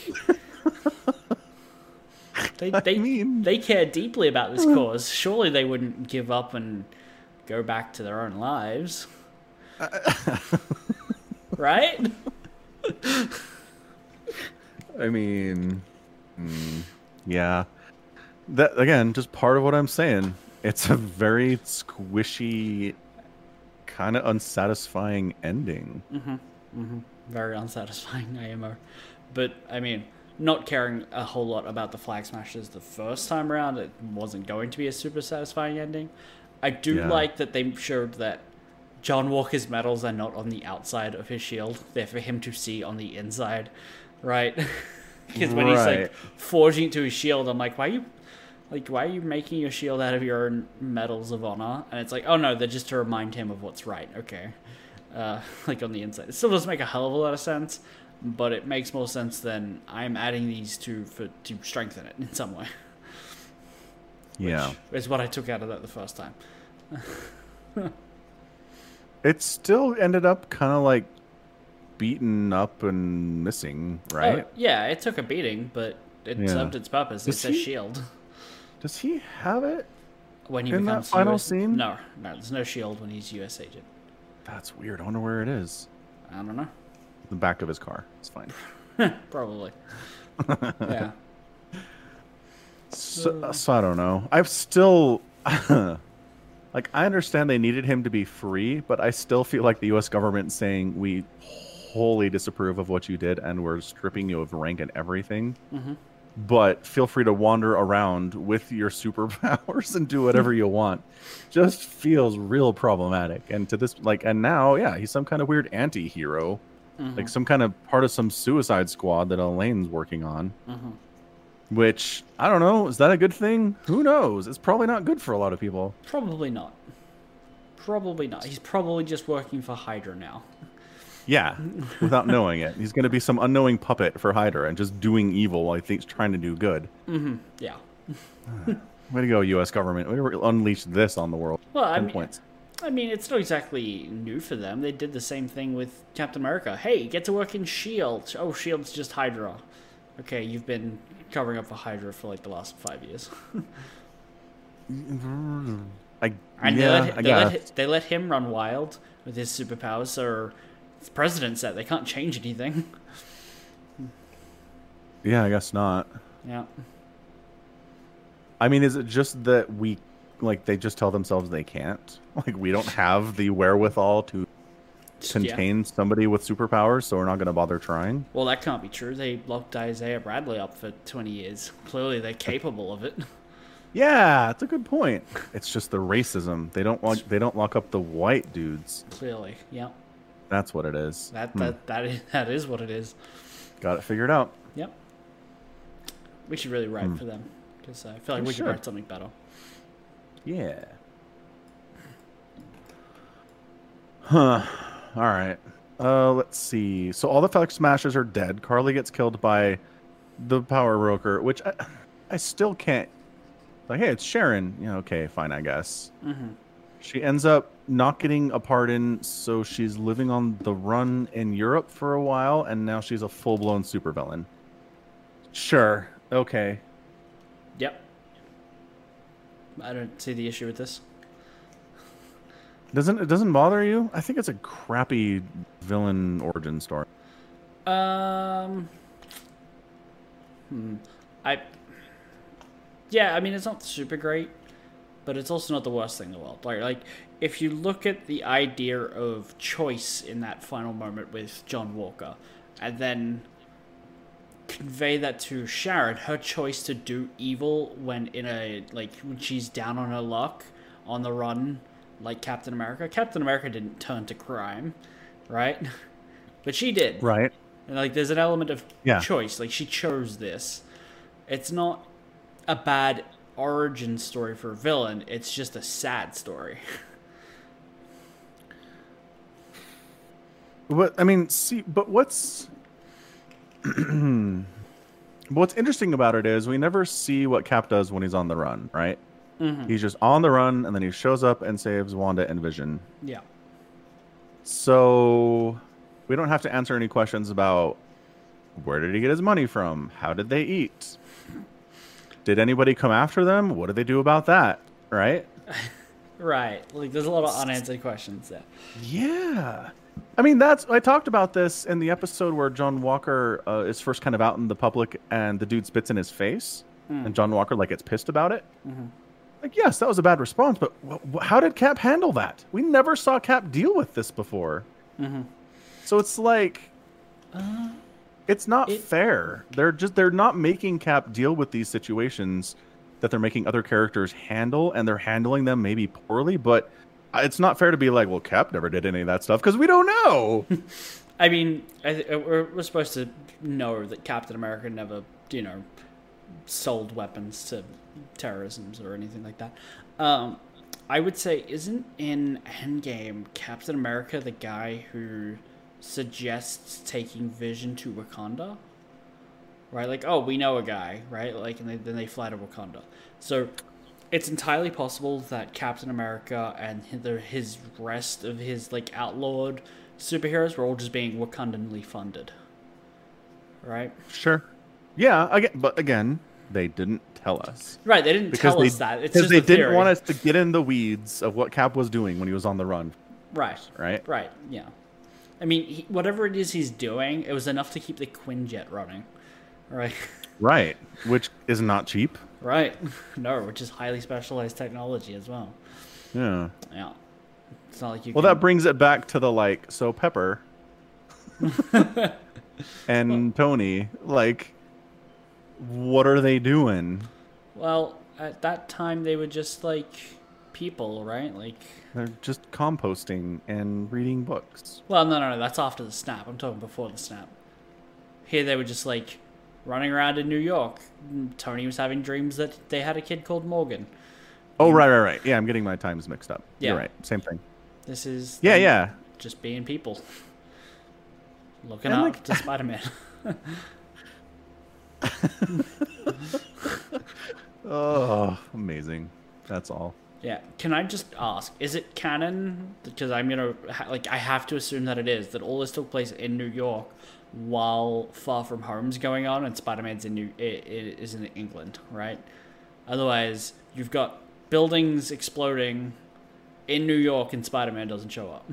they they
mean-
they care deeply about this cause. Surely they wouldn't give up and go back to their own lives, right?
I hmm, mean, mm, yeah. That again, just part of what I'm saying. It's a very squishy, kind of unsatisfying ending.
Mm-hmm. Mm-hmm. Very unsatisfying, IMO. But I mean, not caring a whole lot about the flag smashes the first time around, it wasn't going to be a super satisfying ending. I do
Yeah.
like that they showed that John Walker's medals are not on the outside of his shield; they're for him to see on the inside, right? Because when he's
Right.
like forging to his shield, I'm like, why are you, like, why are you making your shield out of your own medals of honor? And it's like, oh no, they're just to remind him of what's right. Okay, uh, like on the inside, it still doesn't make a hell of a lot of sense, but it makes more sense than I'm adding these two for to strengthen it in some way.
yeah.
Is what I took out of that the first time.
It still ended up kind of like beaten up and missing, right?
Oh, yeah, it took a beating, but it
Yeah.
served its purpose.
Does
it's a
he-
shield.
Does he have it?
When he
in that
becomes
final
US
scene?
No, no, there's no shield when he's US agent.
That's weird. I wonder where it is.
I don't know.
The back of his car. It's fine.
Probably. yeah.
So, so I don't know. I've still like I understand they needed him to be free, but I still feel like the U.S. government saying we wholly disapprove of what you did and we're stripping you of rank and everything.
Mhm.
But feel free to wander around with your superpowers and do whatever you want. Just feels real problematic. And to this, like, and now, yeah, he's some kind of weird anti-hero, like some kind of part of some Suicide Squad that Elaine's working on.
Mhm.
Which I don't know. Is that a good thing? Who knows? It's probably not good for a lot of people.
Probably not. Probably not. He's probably just working for Hydra now.
Yeah, without knowing it, he's going to be some unknowing puppet for Hyder and just doing evil while he thinks trying to do good.
Yeah.
Way to go, U.S. government! We unleashed this on the world.
Well, I
Ten
mean,
points.
I mean, it's not exactly new for them. They did the same thing with Captain America. Hey, get to work in Shield. Oh, Shield's just Hydra. Okay, you've been covering up for Hydra for like the last five years.
I,
And
yeah,
they, let,
I
they,
guess.
let, they let him run wild with his superpowers, so it's president set. They can't change anything.
yeah, I guess not.
Yeah.
I mean, is it just that we, like, they just tell themselves they can't? Like, we don't have the wherewithal to
Just- yeah.
contain somebody with superpowers, so we're not going to bother trying.
Well, that can't be true. They locked Isaiah Bradley up for 20 years. Clearly, they're capable of it.
Yeah, it's a good point. It's just the racism. They don't want. They don't lock up the white dudes.
Clearly, yeah.
That's what it is.
That
Hmm,
that, that, is, that is what it is.
got it figured out.
Yep. We should really write for them because I feel like
Hmm. We
we
should.
could write something better.
Yeah. Huh. All right. Uh, let's see. So all the Flex Smashers are dead. Carly gets killed by the Power Broker, which I, I still can't. Like, hey, it's Sharon. Yeah, okay, fine, I guess. She ends up not getting a pardon, so she's living on the run in Europe for a while, and now she's a full blown supervillain. Sure. Okay.
Yep. I don't see the issue with this.
Doesn't it doesn't bother you? I think it's a crappy villain origin story.
Um. Hmm. I. Yeah, I mean it's not super great, but it's also not the worst thing in the world. Like, like if you look at the idea of choice in that final moment with John Walker, and then convey that to Sharon, her choice to do evil when in a like when she's down on her luck, on the run, like Captain America. Captain America didn't turn to crime, right? But she did.
Right.
And like, there's an element of
Yeah.
choice. Like, she chose this. It's not a bad origin story for a villain. It's just a sad story.
But I mean, see, but what's but what's interesting about it is we never see what Cap does when he's on the run, right? He's just on the run, and then he shows up and saves Wanda and Vision.
Yeah.
So we don't have to answer any questions about where did he get his money from? How did they eat? Did anybody come after them? What do they do about that? Right?
Right. Like, there's a lot of unanswered questions there.
Yeah. I mean, that's I talked about this in the episode where John Walker uh, is first kind of out in the public, and the dude spits in his face, and John Walker like gets pissed about it. Like, yes, that was a bad response, but wh- wh- how did Cap handle that? We never saw Cap deal with this before.
Mm-hmm.
So it's like
Uh,
it's not
It-
fair. They're just they're not making Cap deal with these situations that they're making other characters handle, and they're handling them maybe poorly. But it's not fair to be like, well, Cap never did any of that stuff because we don't know.
I mean, I th- uh, we're, we're supposed to know that Captain America never, you know, sold weapons to terrorisms or anything like that. Um, I would say, isn't in Endgame Captain America the guy who suggests taking Vision to Wakanda? Right, like, oh, we know a guy, right? Like, and they, then they fly to Wakanda. So it's entirely possible that Captain America and hi- the- his rest of his like outlawed superheroes were all just being Wakandanly funded, right?
sure. Yeah. Again, but again, they didn't tell us.
Right. They didn't
Because
tell
they,
us that. It's just
because they
a
didn't
theory.
want us to get in the weeds of what Cap was doing when he was on the run,
Right.
right?
Right. Yeah. I mean, he, whatever it is he's doing, it was enough to keep the Quinjet running, right?
Right. Which is not cheap.
right. No, which is highly specialized technology as well.
Yeah.
Yeah. It's not like you.
Well,
can...
that brings it back to the like, so Pepper and Tony, like, what are they doing?
Well, at that time they were just like people, right? Like,
They're just composting and reading books.
well, no, no, no. That's after the snap. I'm talking before the snap. Here they were just like running around in New York. Tony was having dreams that they had a kid called Morgan.
Oh, right, right, right. Yeah, I'm getting my times mixed up. You're
Yeah.
right. Same thing.
This is
Yeah,
them
yeah.
just being people, looking
And,
up
like-
to Spider Man.
Oh, amazing. That's all.
yeah. Can I just ask? Is it canon? Because I'm gonna ha- like I have to assume that it is that all this took place in New York while Far From Home's going on and Spider Man's in New i- i- is in England, right? Otherwise, you've got buildings exploding in New York and Spider Man doesn't show up.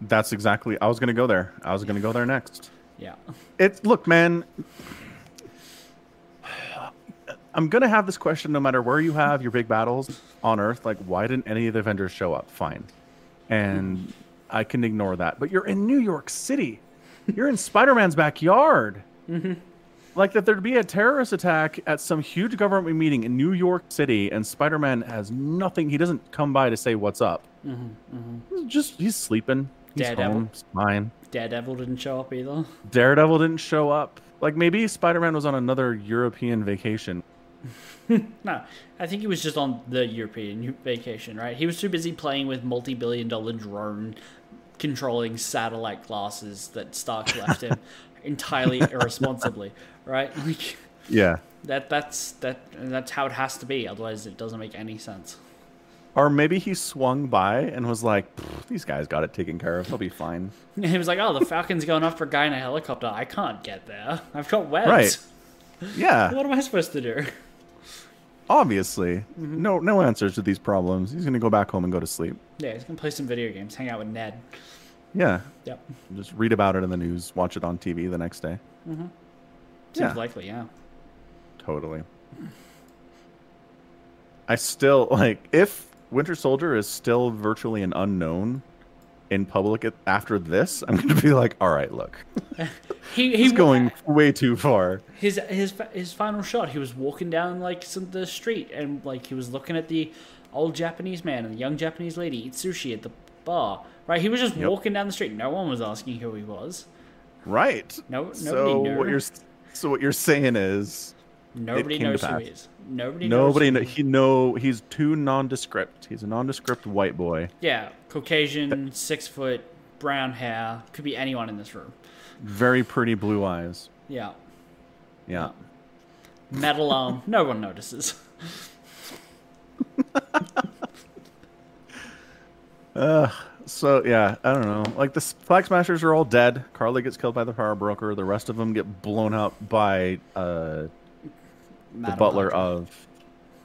That's exactly. I was going to go there. I was going to go there next.
Yeah.
It's look, man. I'm gonna have this question no matter where you have your big battles on Earth. Like, why didn't any of the Avengers show up? Fine, and I can ignore that. But you're in New York City. You're in Spider-Man's backyard. Like that, there'd be a terrorist attack at some huge government meeting in New York City, and Spider-Man has nothing. He doesn't come by to say what's up. He's Just he's sleeping. He's
Daredevil.
home. It's fine.
Daredevil didn't show up either.
Daredevil didn't show up. Like maybe Spider Man was on another European vacation.
No, I think he was just on the European vacation, right? He was too busy playing with multi billion dollar drone controlling satellite glasses that Stark left him entirely irresponsibly, right? Like
Yeah.
that that's that and that's how it has to be, otherwise it doesn't make any sense.
Or maybe he swung by and was like, "Pfft, "These guys got it taken care of. They'll be fine."
He was like, Oh, the Falcon's going after a guy in a helicopter. I can't get there. I've got webs.
Right. Yeah.
What am I supposed to do?
Obviously, no no answers to these problems. He's gonna go back home and go to sleep.
Yeah, he's gonna play some video games, hang out with Ned.
Yeah.
Yep.
Just read about it in the news. Watch it on TV the next day.
Seems
Yeah.
likely, yeah.
Totally. I still like if Winter Soldier is still virtually an unknown in public at, after this, I'm going to be like, "All right, look.
He he
He's
wa-
going way too far."
his his fi- his final shot he was walking down like some, the street and like he was looking at the old japanese man and the young japanese lady eat sushi at the bar right he was just
Yep.
walking down the street no one was asking who he was
Right.
No- nobody
so
knew.
what you're s- so what you're saying is
nobody
came to
knows who
pass.
he is nobody
nobody
knows
kn-
who-
he know he's too nondescript. He's a nondescript white boy.
yeah caucasian six foot brown hair could be anyone in this room
Very pretty blue eyes.
yeah
Yeah.
metal arm no one notices
So yeah, I don't know. Like the S- Flag Smashers are all dead. Carly gets killed by the power broker. The rest of them get blown up by uh, the
Madam
butler
Parker.
of.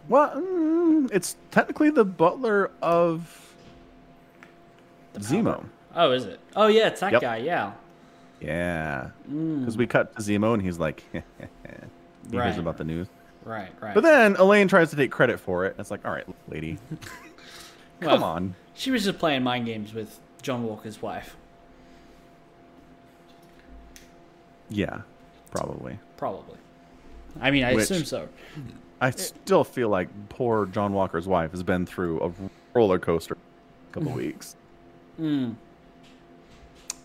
Well, mm, it's technically the butler of Zemo.
oh is it oh yeah it's that
Yep.
guy yeah
Yeah, because we cut to Zemo and he's like, he
Mm. Right.
hears about the news.
Right, right.
But then Elaine tries to take credit for it. And it's like, all right, lady, come
Well,
on.
She was just playing mind games with John Walker's wife,
Yeah, probably.
probably. I mean, I
Which-
assume so.
I still feel like poor John Walker's wife has been through a roller coaster a couple weeks.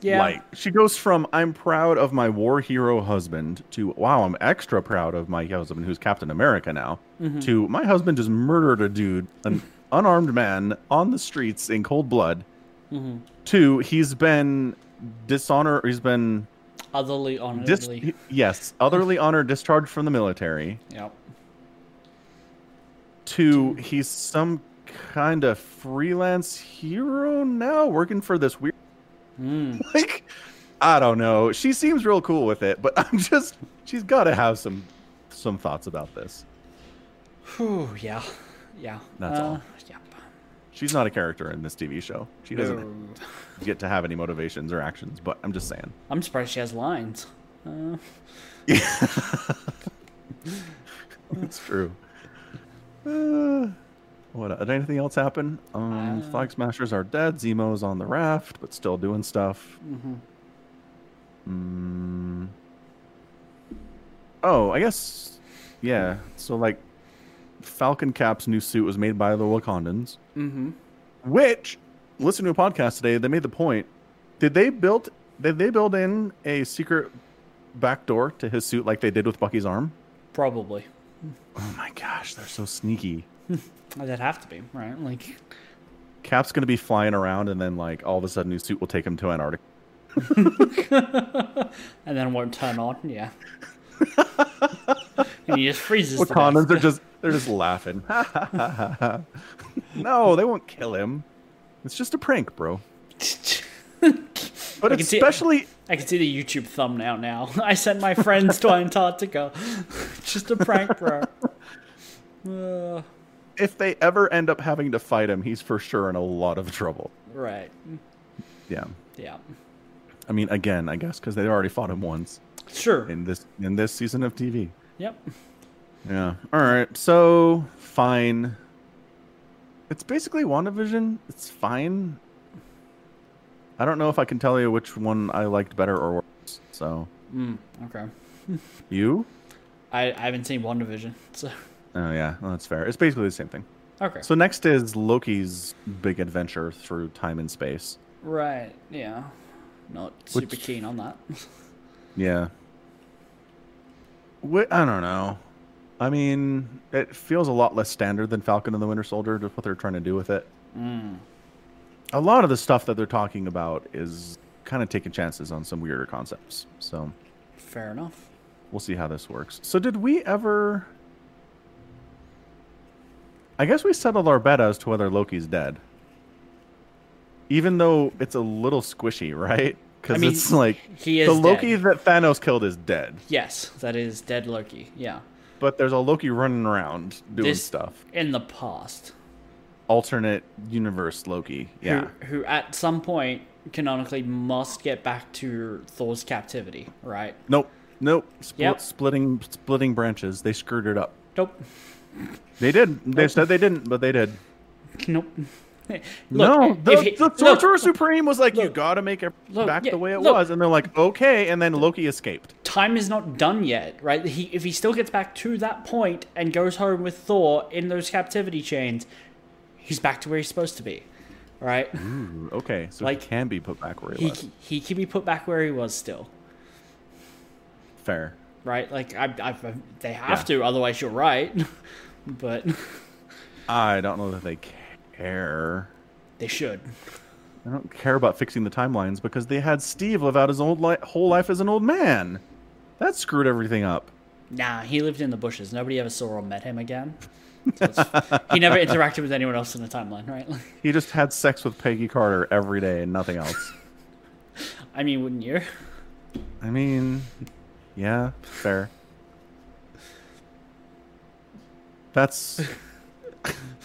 Yeah.
Like she goes from I'm proud of my war hero husband to wow, I'm extra proud of my husband who's Captain America now
Mm-hmm.
to my husband just murdered a dude, an unarmed man on the streets in cold blood.
Mm-hmm.
To he's been dishonor he's been
Otherly, honorably.
dis- yes, otherly honored discharged from the military.
Yep.
to he's some kind of freelance hero now working for this weird
Mm.
like i don't know she seems real cool with it but i'm just she's got to have some some thoughts about this
Whew, yeah. Yeah.
That's
uh,
all.
Yep.
she's not a character in this tv show she doesn't
No.
get to have any motivations or actions but i'm just saying
I'm surprised she has lines. Uh,
it's true uh, what did anything else happen um
Uh.
flag smashers are dead zemo's on the raft but still doing stuff
mhm.
Mm. Oh, I guess. Yeah. So like, Falcon Cap's new suit was made by the Wakandans,
Mhm.
which listen to a podcast today. They made the point. Did they build? Did they build in a secret back door to his suit like they did with Bucky's arm?
Probably.
Oh my gosh, they're so sneaky.
That'd have to be right. Like,
Cap's gonna be flying around, and then like all of a sudden, his suit will take him to Antarctica.
and then it won't turn on. Yeah. and he just freezes. to death.
Wakandans are just they're just laughing. no, they won't kill him. It's just a prank, bro. But
I can see-
especially
I can see the YouTube thumbnail now. I sent my friends to Antarctica. just a prank, bro. Uh,
if they ever end up having to fight him, he's for sure in a lot of trouble.
right.
Yeah.
Yeah.
I mean, again, I guess because they already fought him once
Sure.
in this in this season of TV.
Yep.
Yeah. All right. So fine. It's basically WandaVision. It's fine. I don't know if I can tell you which one I liked better or worse. So
Mm, okay.
you?
I, I haven't seen WandaVision, so
Oh yeah, well, that's fair. It's basically the same thing.
okay.
So next is Loki's big adventure through time and space.
right. Yeah. Not super
Which-
keen on that.
Yeah. Wh- I don't know. I mean, it feels a lot less standard than Falcon and the Winter Soldier, just what they're trying to do with it.
Mm.
A lot of the stuff that they're talking about is kind of taking chances on some weirder concepts. So
Fair enough.
we'll see how this works. So did we ever. I guess we settled our bet as to whether Loki's dead. Even though it's a little squishy, right? Because
I mean,
it's like
He is
the Loki
dead.
that Thanos killed is dead,
Yes, that is dead Loki. Yeah.
but there's a Loki running around doing
This-
stuff.
In the past.
Alternate universe Loki. Yeah.
Who, who at some point canonically must get back to Thor's captivity, right?
Nope. Nope. Split,
Yep.
Splitting splitting branches. They screwed it up.
Nope.
They did. They said they didn't, but they did.
Nope. Look,
no,
if
the,
he-
the
look,
Sorcerer Supreme was like, "You
look,
gotta make it
look,
back
yeah,
the way it
look.
was," and they're like, "Okay," and then Loki escaped.
time is not done yet, right? He if he still gets back to that point and goes home with Thor in those captivity chains, he's back to where he's supposed to be, right?
Ooh, okay, so
Like,
he can be put back where he,
He
was.
he can be put back where he was still,
Fair.
right? Like I, I they have
Yeah.
to, otherwise you're right, but
I don't know that they care.
they should.
I don't care about fixing the timelines because they had Steve live out his old li- whole life as an old man. That screwed everything up.
Nah, he lived in the bushes. Nobody ever saw or met him again. So it's- he never interacted with anyone else in the timeline, right? Like,
He just had sex with Peggy Carter every day and nothing else.
I mean, wouldn't you?
I mean, yeah, fair. That's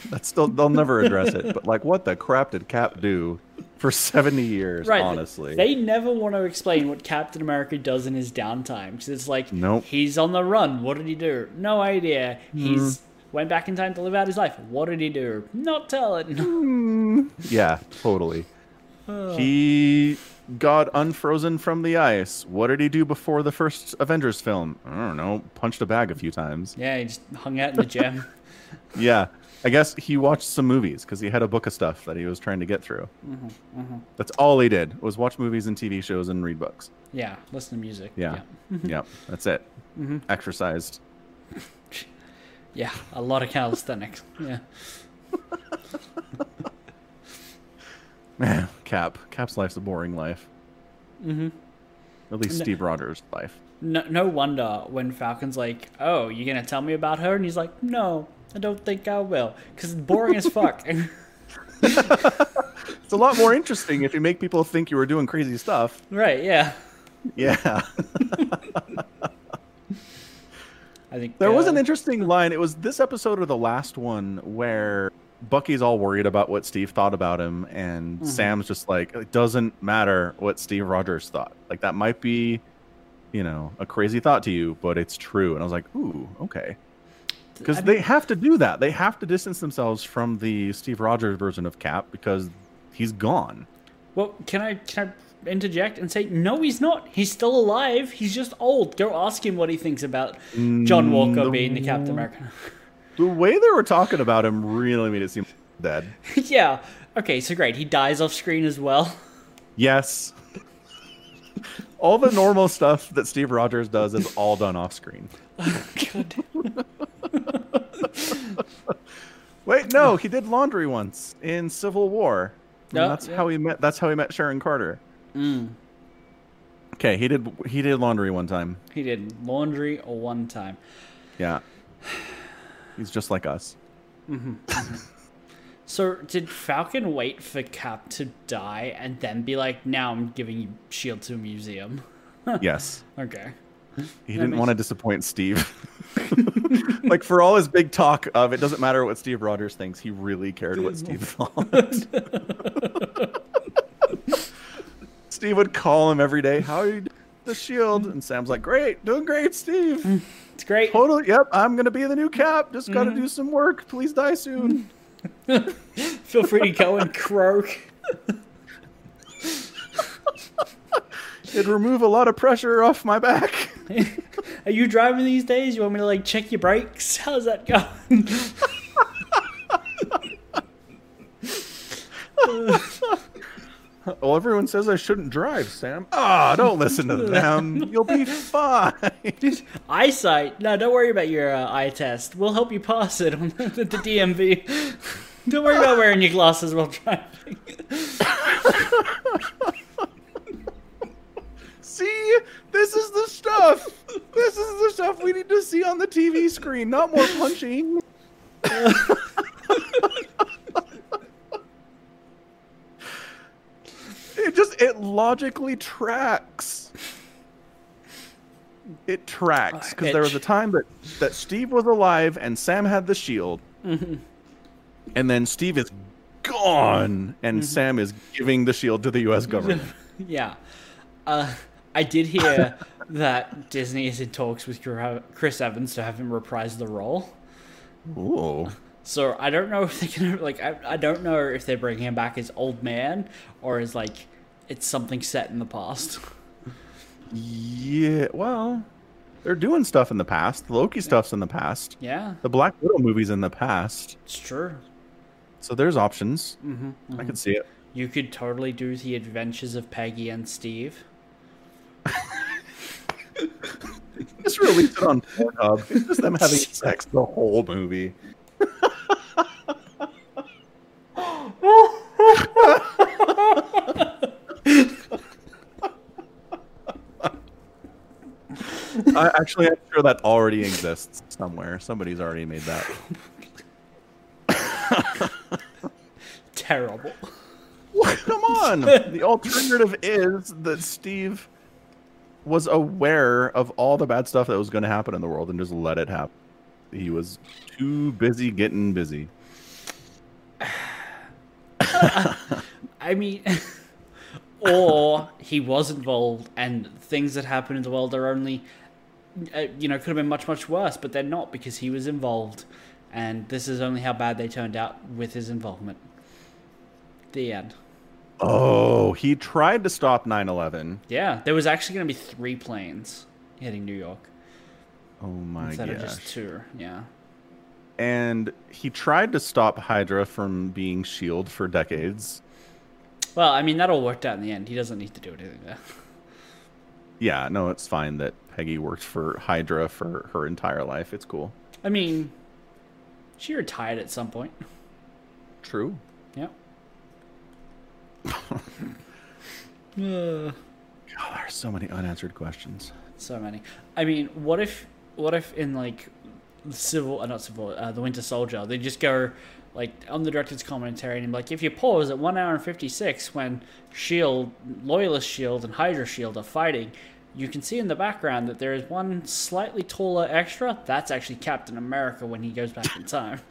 that's still they'll never address it. But like, what the crap did Cap do for 70 years,
Right. th-
honestly.
They never want to explain what Captain America does in his downtime because it's like,
Nope.
he's on the run. What did he do? No idea. He's
Mm-hmm.
went back in time to live out his life. What did he do? Not telling.
yeah, totally. He got unfrozen from the ice. What did he do before the first Avengers film? I don't know. Punched a bag a few times.
yeah, he just hung out in the gym.
Yeah. I guess he watched some movies because he had a book of stuff that he was trying to get through. Mm-hmm, That's all he did was watch movies and TV shows and read books.
yeah, listen to music.
Yeah. Yeah. Mm-hmm. That's it. Exercised.
Yeah, a lot of calisthenics. Yeah.
Man, Cap. Cap's life's a boring life. Mm-hmm. At least Steve Rogers' life.
No, no wonder when Falcon's like, "Oh, you gonna tell me about her?" and he's like, "No, I don't think I will," because it's boring as fuck.
It's a lot more interesting if you make people think you were doing crazy stuff.
right? Yeah.
Yeah.
I think
There
uh,
was an interesting line. It was this episode or the last one where Bucky's all worried about what Steve thought about him, and Sam's just like, it doesn't matter what Steve Rogers thought. Like, that might be, you know, a crazy thought to you, but it's true. And I was like, ooh, okay. Because
I
they have to do that. They have to distance themselves from the Steve Rogers version of Cap because he's gone.
Well, can I can I interject and say no? He's not. He's still alive. He's just old. Go ask him what he thinks about John Walker
the-
being the Captain America.
The way they were talking about him really made it seem dead.
yeah. Okay. So great. He dies off screen as well.
Yes. all the normal stuff that Steve Rogers does is all done off screen.
God.
Wait, no, he did laundry once in Civil War. And
Yeah,
that's
yeah. Mm.
how he met that's how he met Sharon Carter. Okay, he did he did laundry one time.
He did laundry one time.
Yeah. He's just like us.
So did Falcon wait for Cap to die and then be like, "Now I'm giving you Shield E to a museum"?
Yes.
Okay.
He didn't
makes-
want to disappoint Steve. like for all his big talk of it doesn't matter what Steve Rogers thinks, he really cared what Steve thought. Steve would call him every day, "How are you doing with the shield?" And Sam's like, "Great, doing great, Steve.
It's great.
Totally. Yep, I'm gonna be the new Cap. Just gotta do some work. Please die soon."
Feel free to go and croak.
It'd remove a lot of pressure off my back.
Are you driving these days? You want me to like check your brakes? How's that going?
Well, everyone says I shouldn't drive, Sam. Ah, don't listen to them. You'll be fine.
Eyesight? No, don't worry about your uh, eye test. We'll help you pass it on the, the DMV. Don't worry about wearing your glasses while driving.
See, this is the stuff. This is the stuff we need to see on the TV screen, not more punching. it just it logically tracks. It tracks because there was a
Bitch.
time that that Steve was alive and Sam had the shield, and then Steve is gone and Sam is giving the shield to the U.S. government.
Yeah. Uh, I did hear that Disney is in talks with Gr- Chris Evans to have him reprise the role.
Ooh.
So I don't know if they're gonna like. I, I don't know if they're bringing him back as old man or as like it's something set in the past.
Yeah, well, they're doing stuff in the past. The Loki stuff's in the past.
Yeah,
The Black Widow movie's in the past.
it's true.
So there's options. I can see it.
You could totally do the adventures of Peggy and Steve.
Just release it on Pornhub. It's just them having sex the whole movie. I, actually, I'm sure that already exists somewhere. Somebody's already made that.
Terrible.
Well, come on. the alternative is that Steve was aware of all the bad stuff that was going to happen in the world and just let it happen. He was too busy getting busy.
I mean, or he was involved, and things that happen in the world are only, uh, you know, could have been much much worse, but they're not because he was involved, and this is only how bad they turned out with his involvement. The end.
Oh, he tried to stop 9 11.
Yeah, there was actually going to be three planes hitting New York
Oh my
instead
gosh.
of just two. Yeah.
And he tried to stop Hydra from being S.H.I.E.L.D. E for decades.
Well, I mean, that all worked out in the end. He doesn't need to do anything there.
Yeah, no, it's fine that Peggy worked for Hydra for her entire life. It's cool.
I mean, she retired at some point.
True.
Yep. Uh,
God, there are so many unanswered questions.
so many. I mean, what if what if in like Civil, uh, not Civil, uh, the Winter Soldier, they just go like on the director's commentary and like if you pause at one hour and fifty six when Shield, E Loyalist Shield, E and Hydra Shield are fighting. You can see in the background that there is one slightly taller extra. That's actually Captain America when he goes back in time.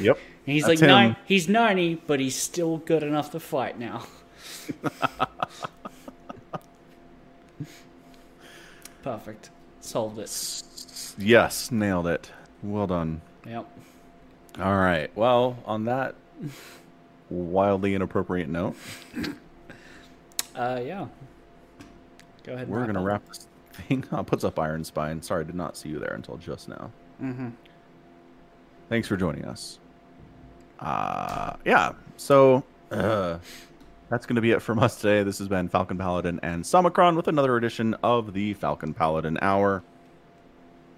Yep.
And he's like
That's him.
nine. He's ninety, but he's still good enough to fight now. Perfect. Solved it.
Yes, nailed it. Well done.
Yep.
All right. Well, on that wildly inappropriate note,
Uh, yeah. Go ahead. and
we're going to
up.
wrap this thing up. Puts up Iron Spine. Sorry, I did not see you there until just now. Mm-hmm. Thanks for joining us. Uh, yeah. So uh, that's going to be it from us today. This has been Falcon Paladin and Somicron with another edition of the Falcon Paladin Hour.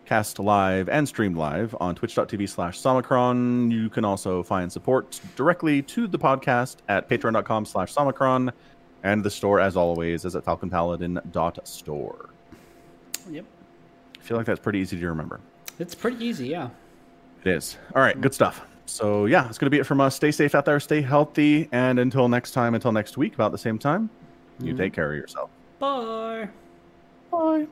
Cast live and streamed live on twitch.tv slash Somicron. You can also find support directly to the podcast at patreon.com slash Somicron. And the store, as always, is at falconpaladin.store.
Yep.
I feel like that's pretty easy to remember.
It's pretty easy. Yeah.
It is. All right, good stuff. So yeah, that's gonna be it from us. Stay safe out there, stay healthy, and until next time, until next week, about the same time, you take care of yourself.
Bye.
Bye.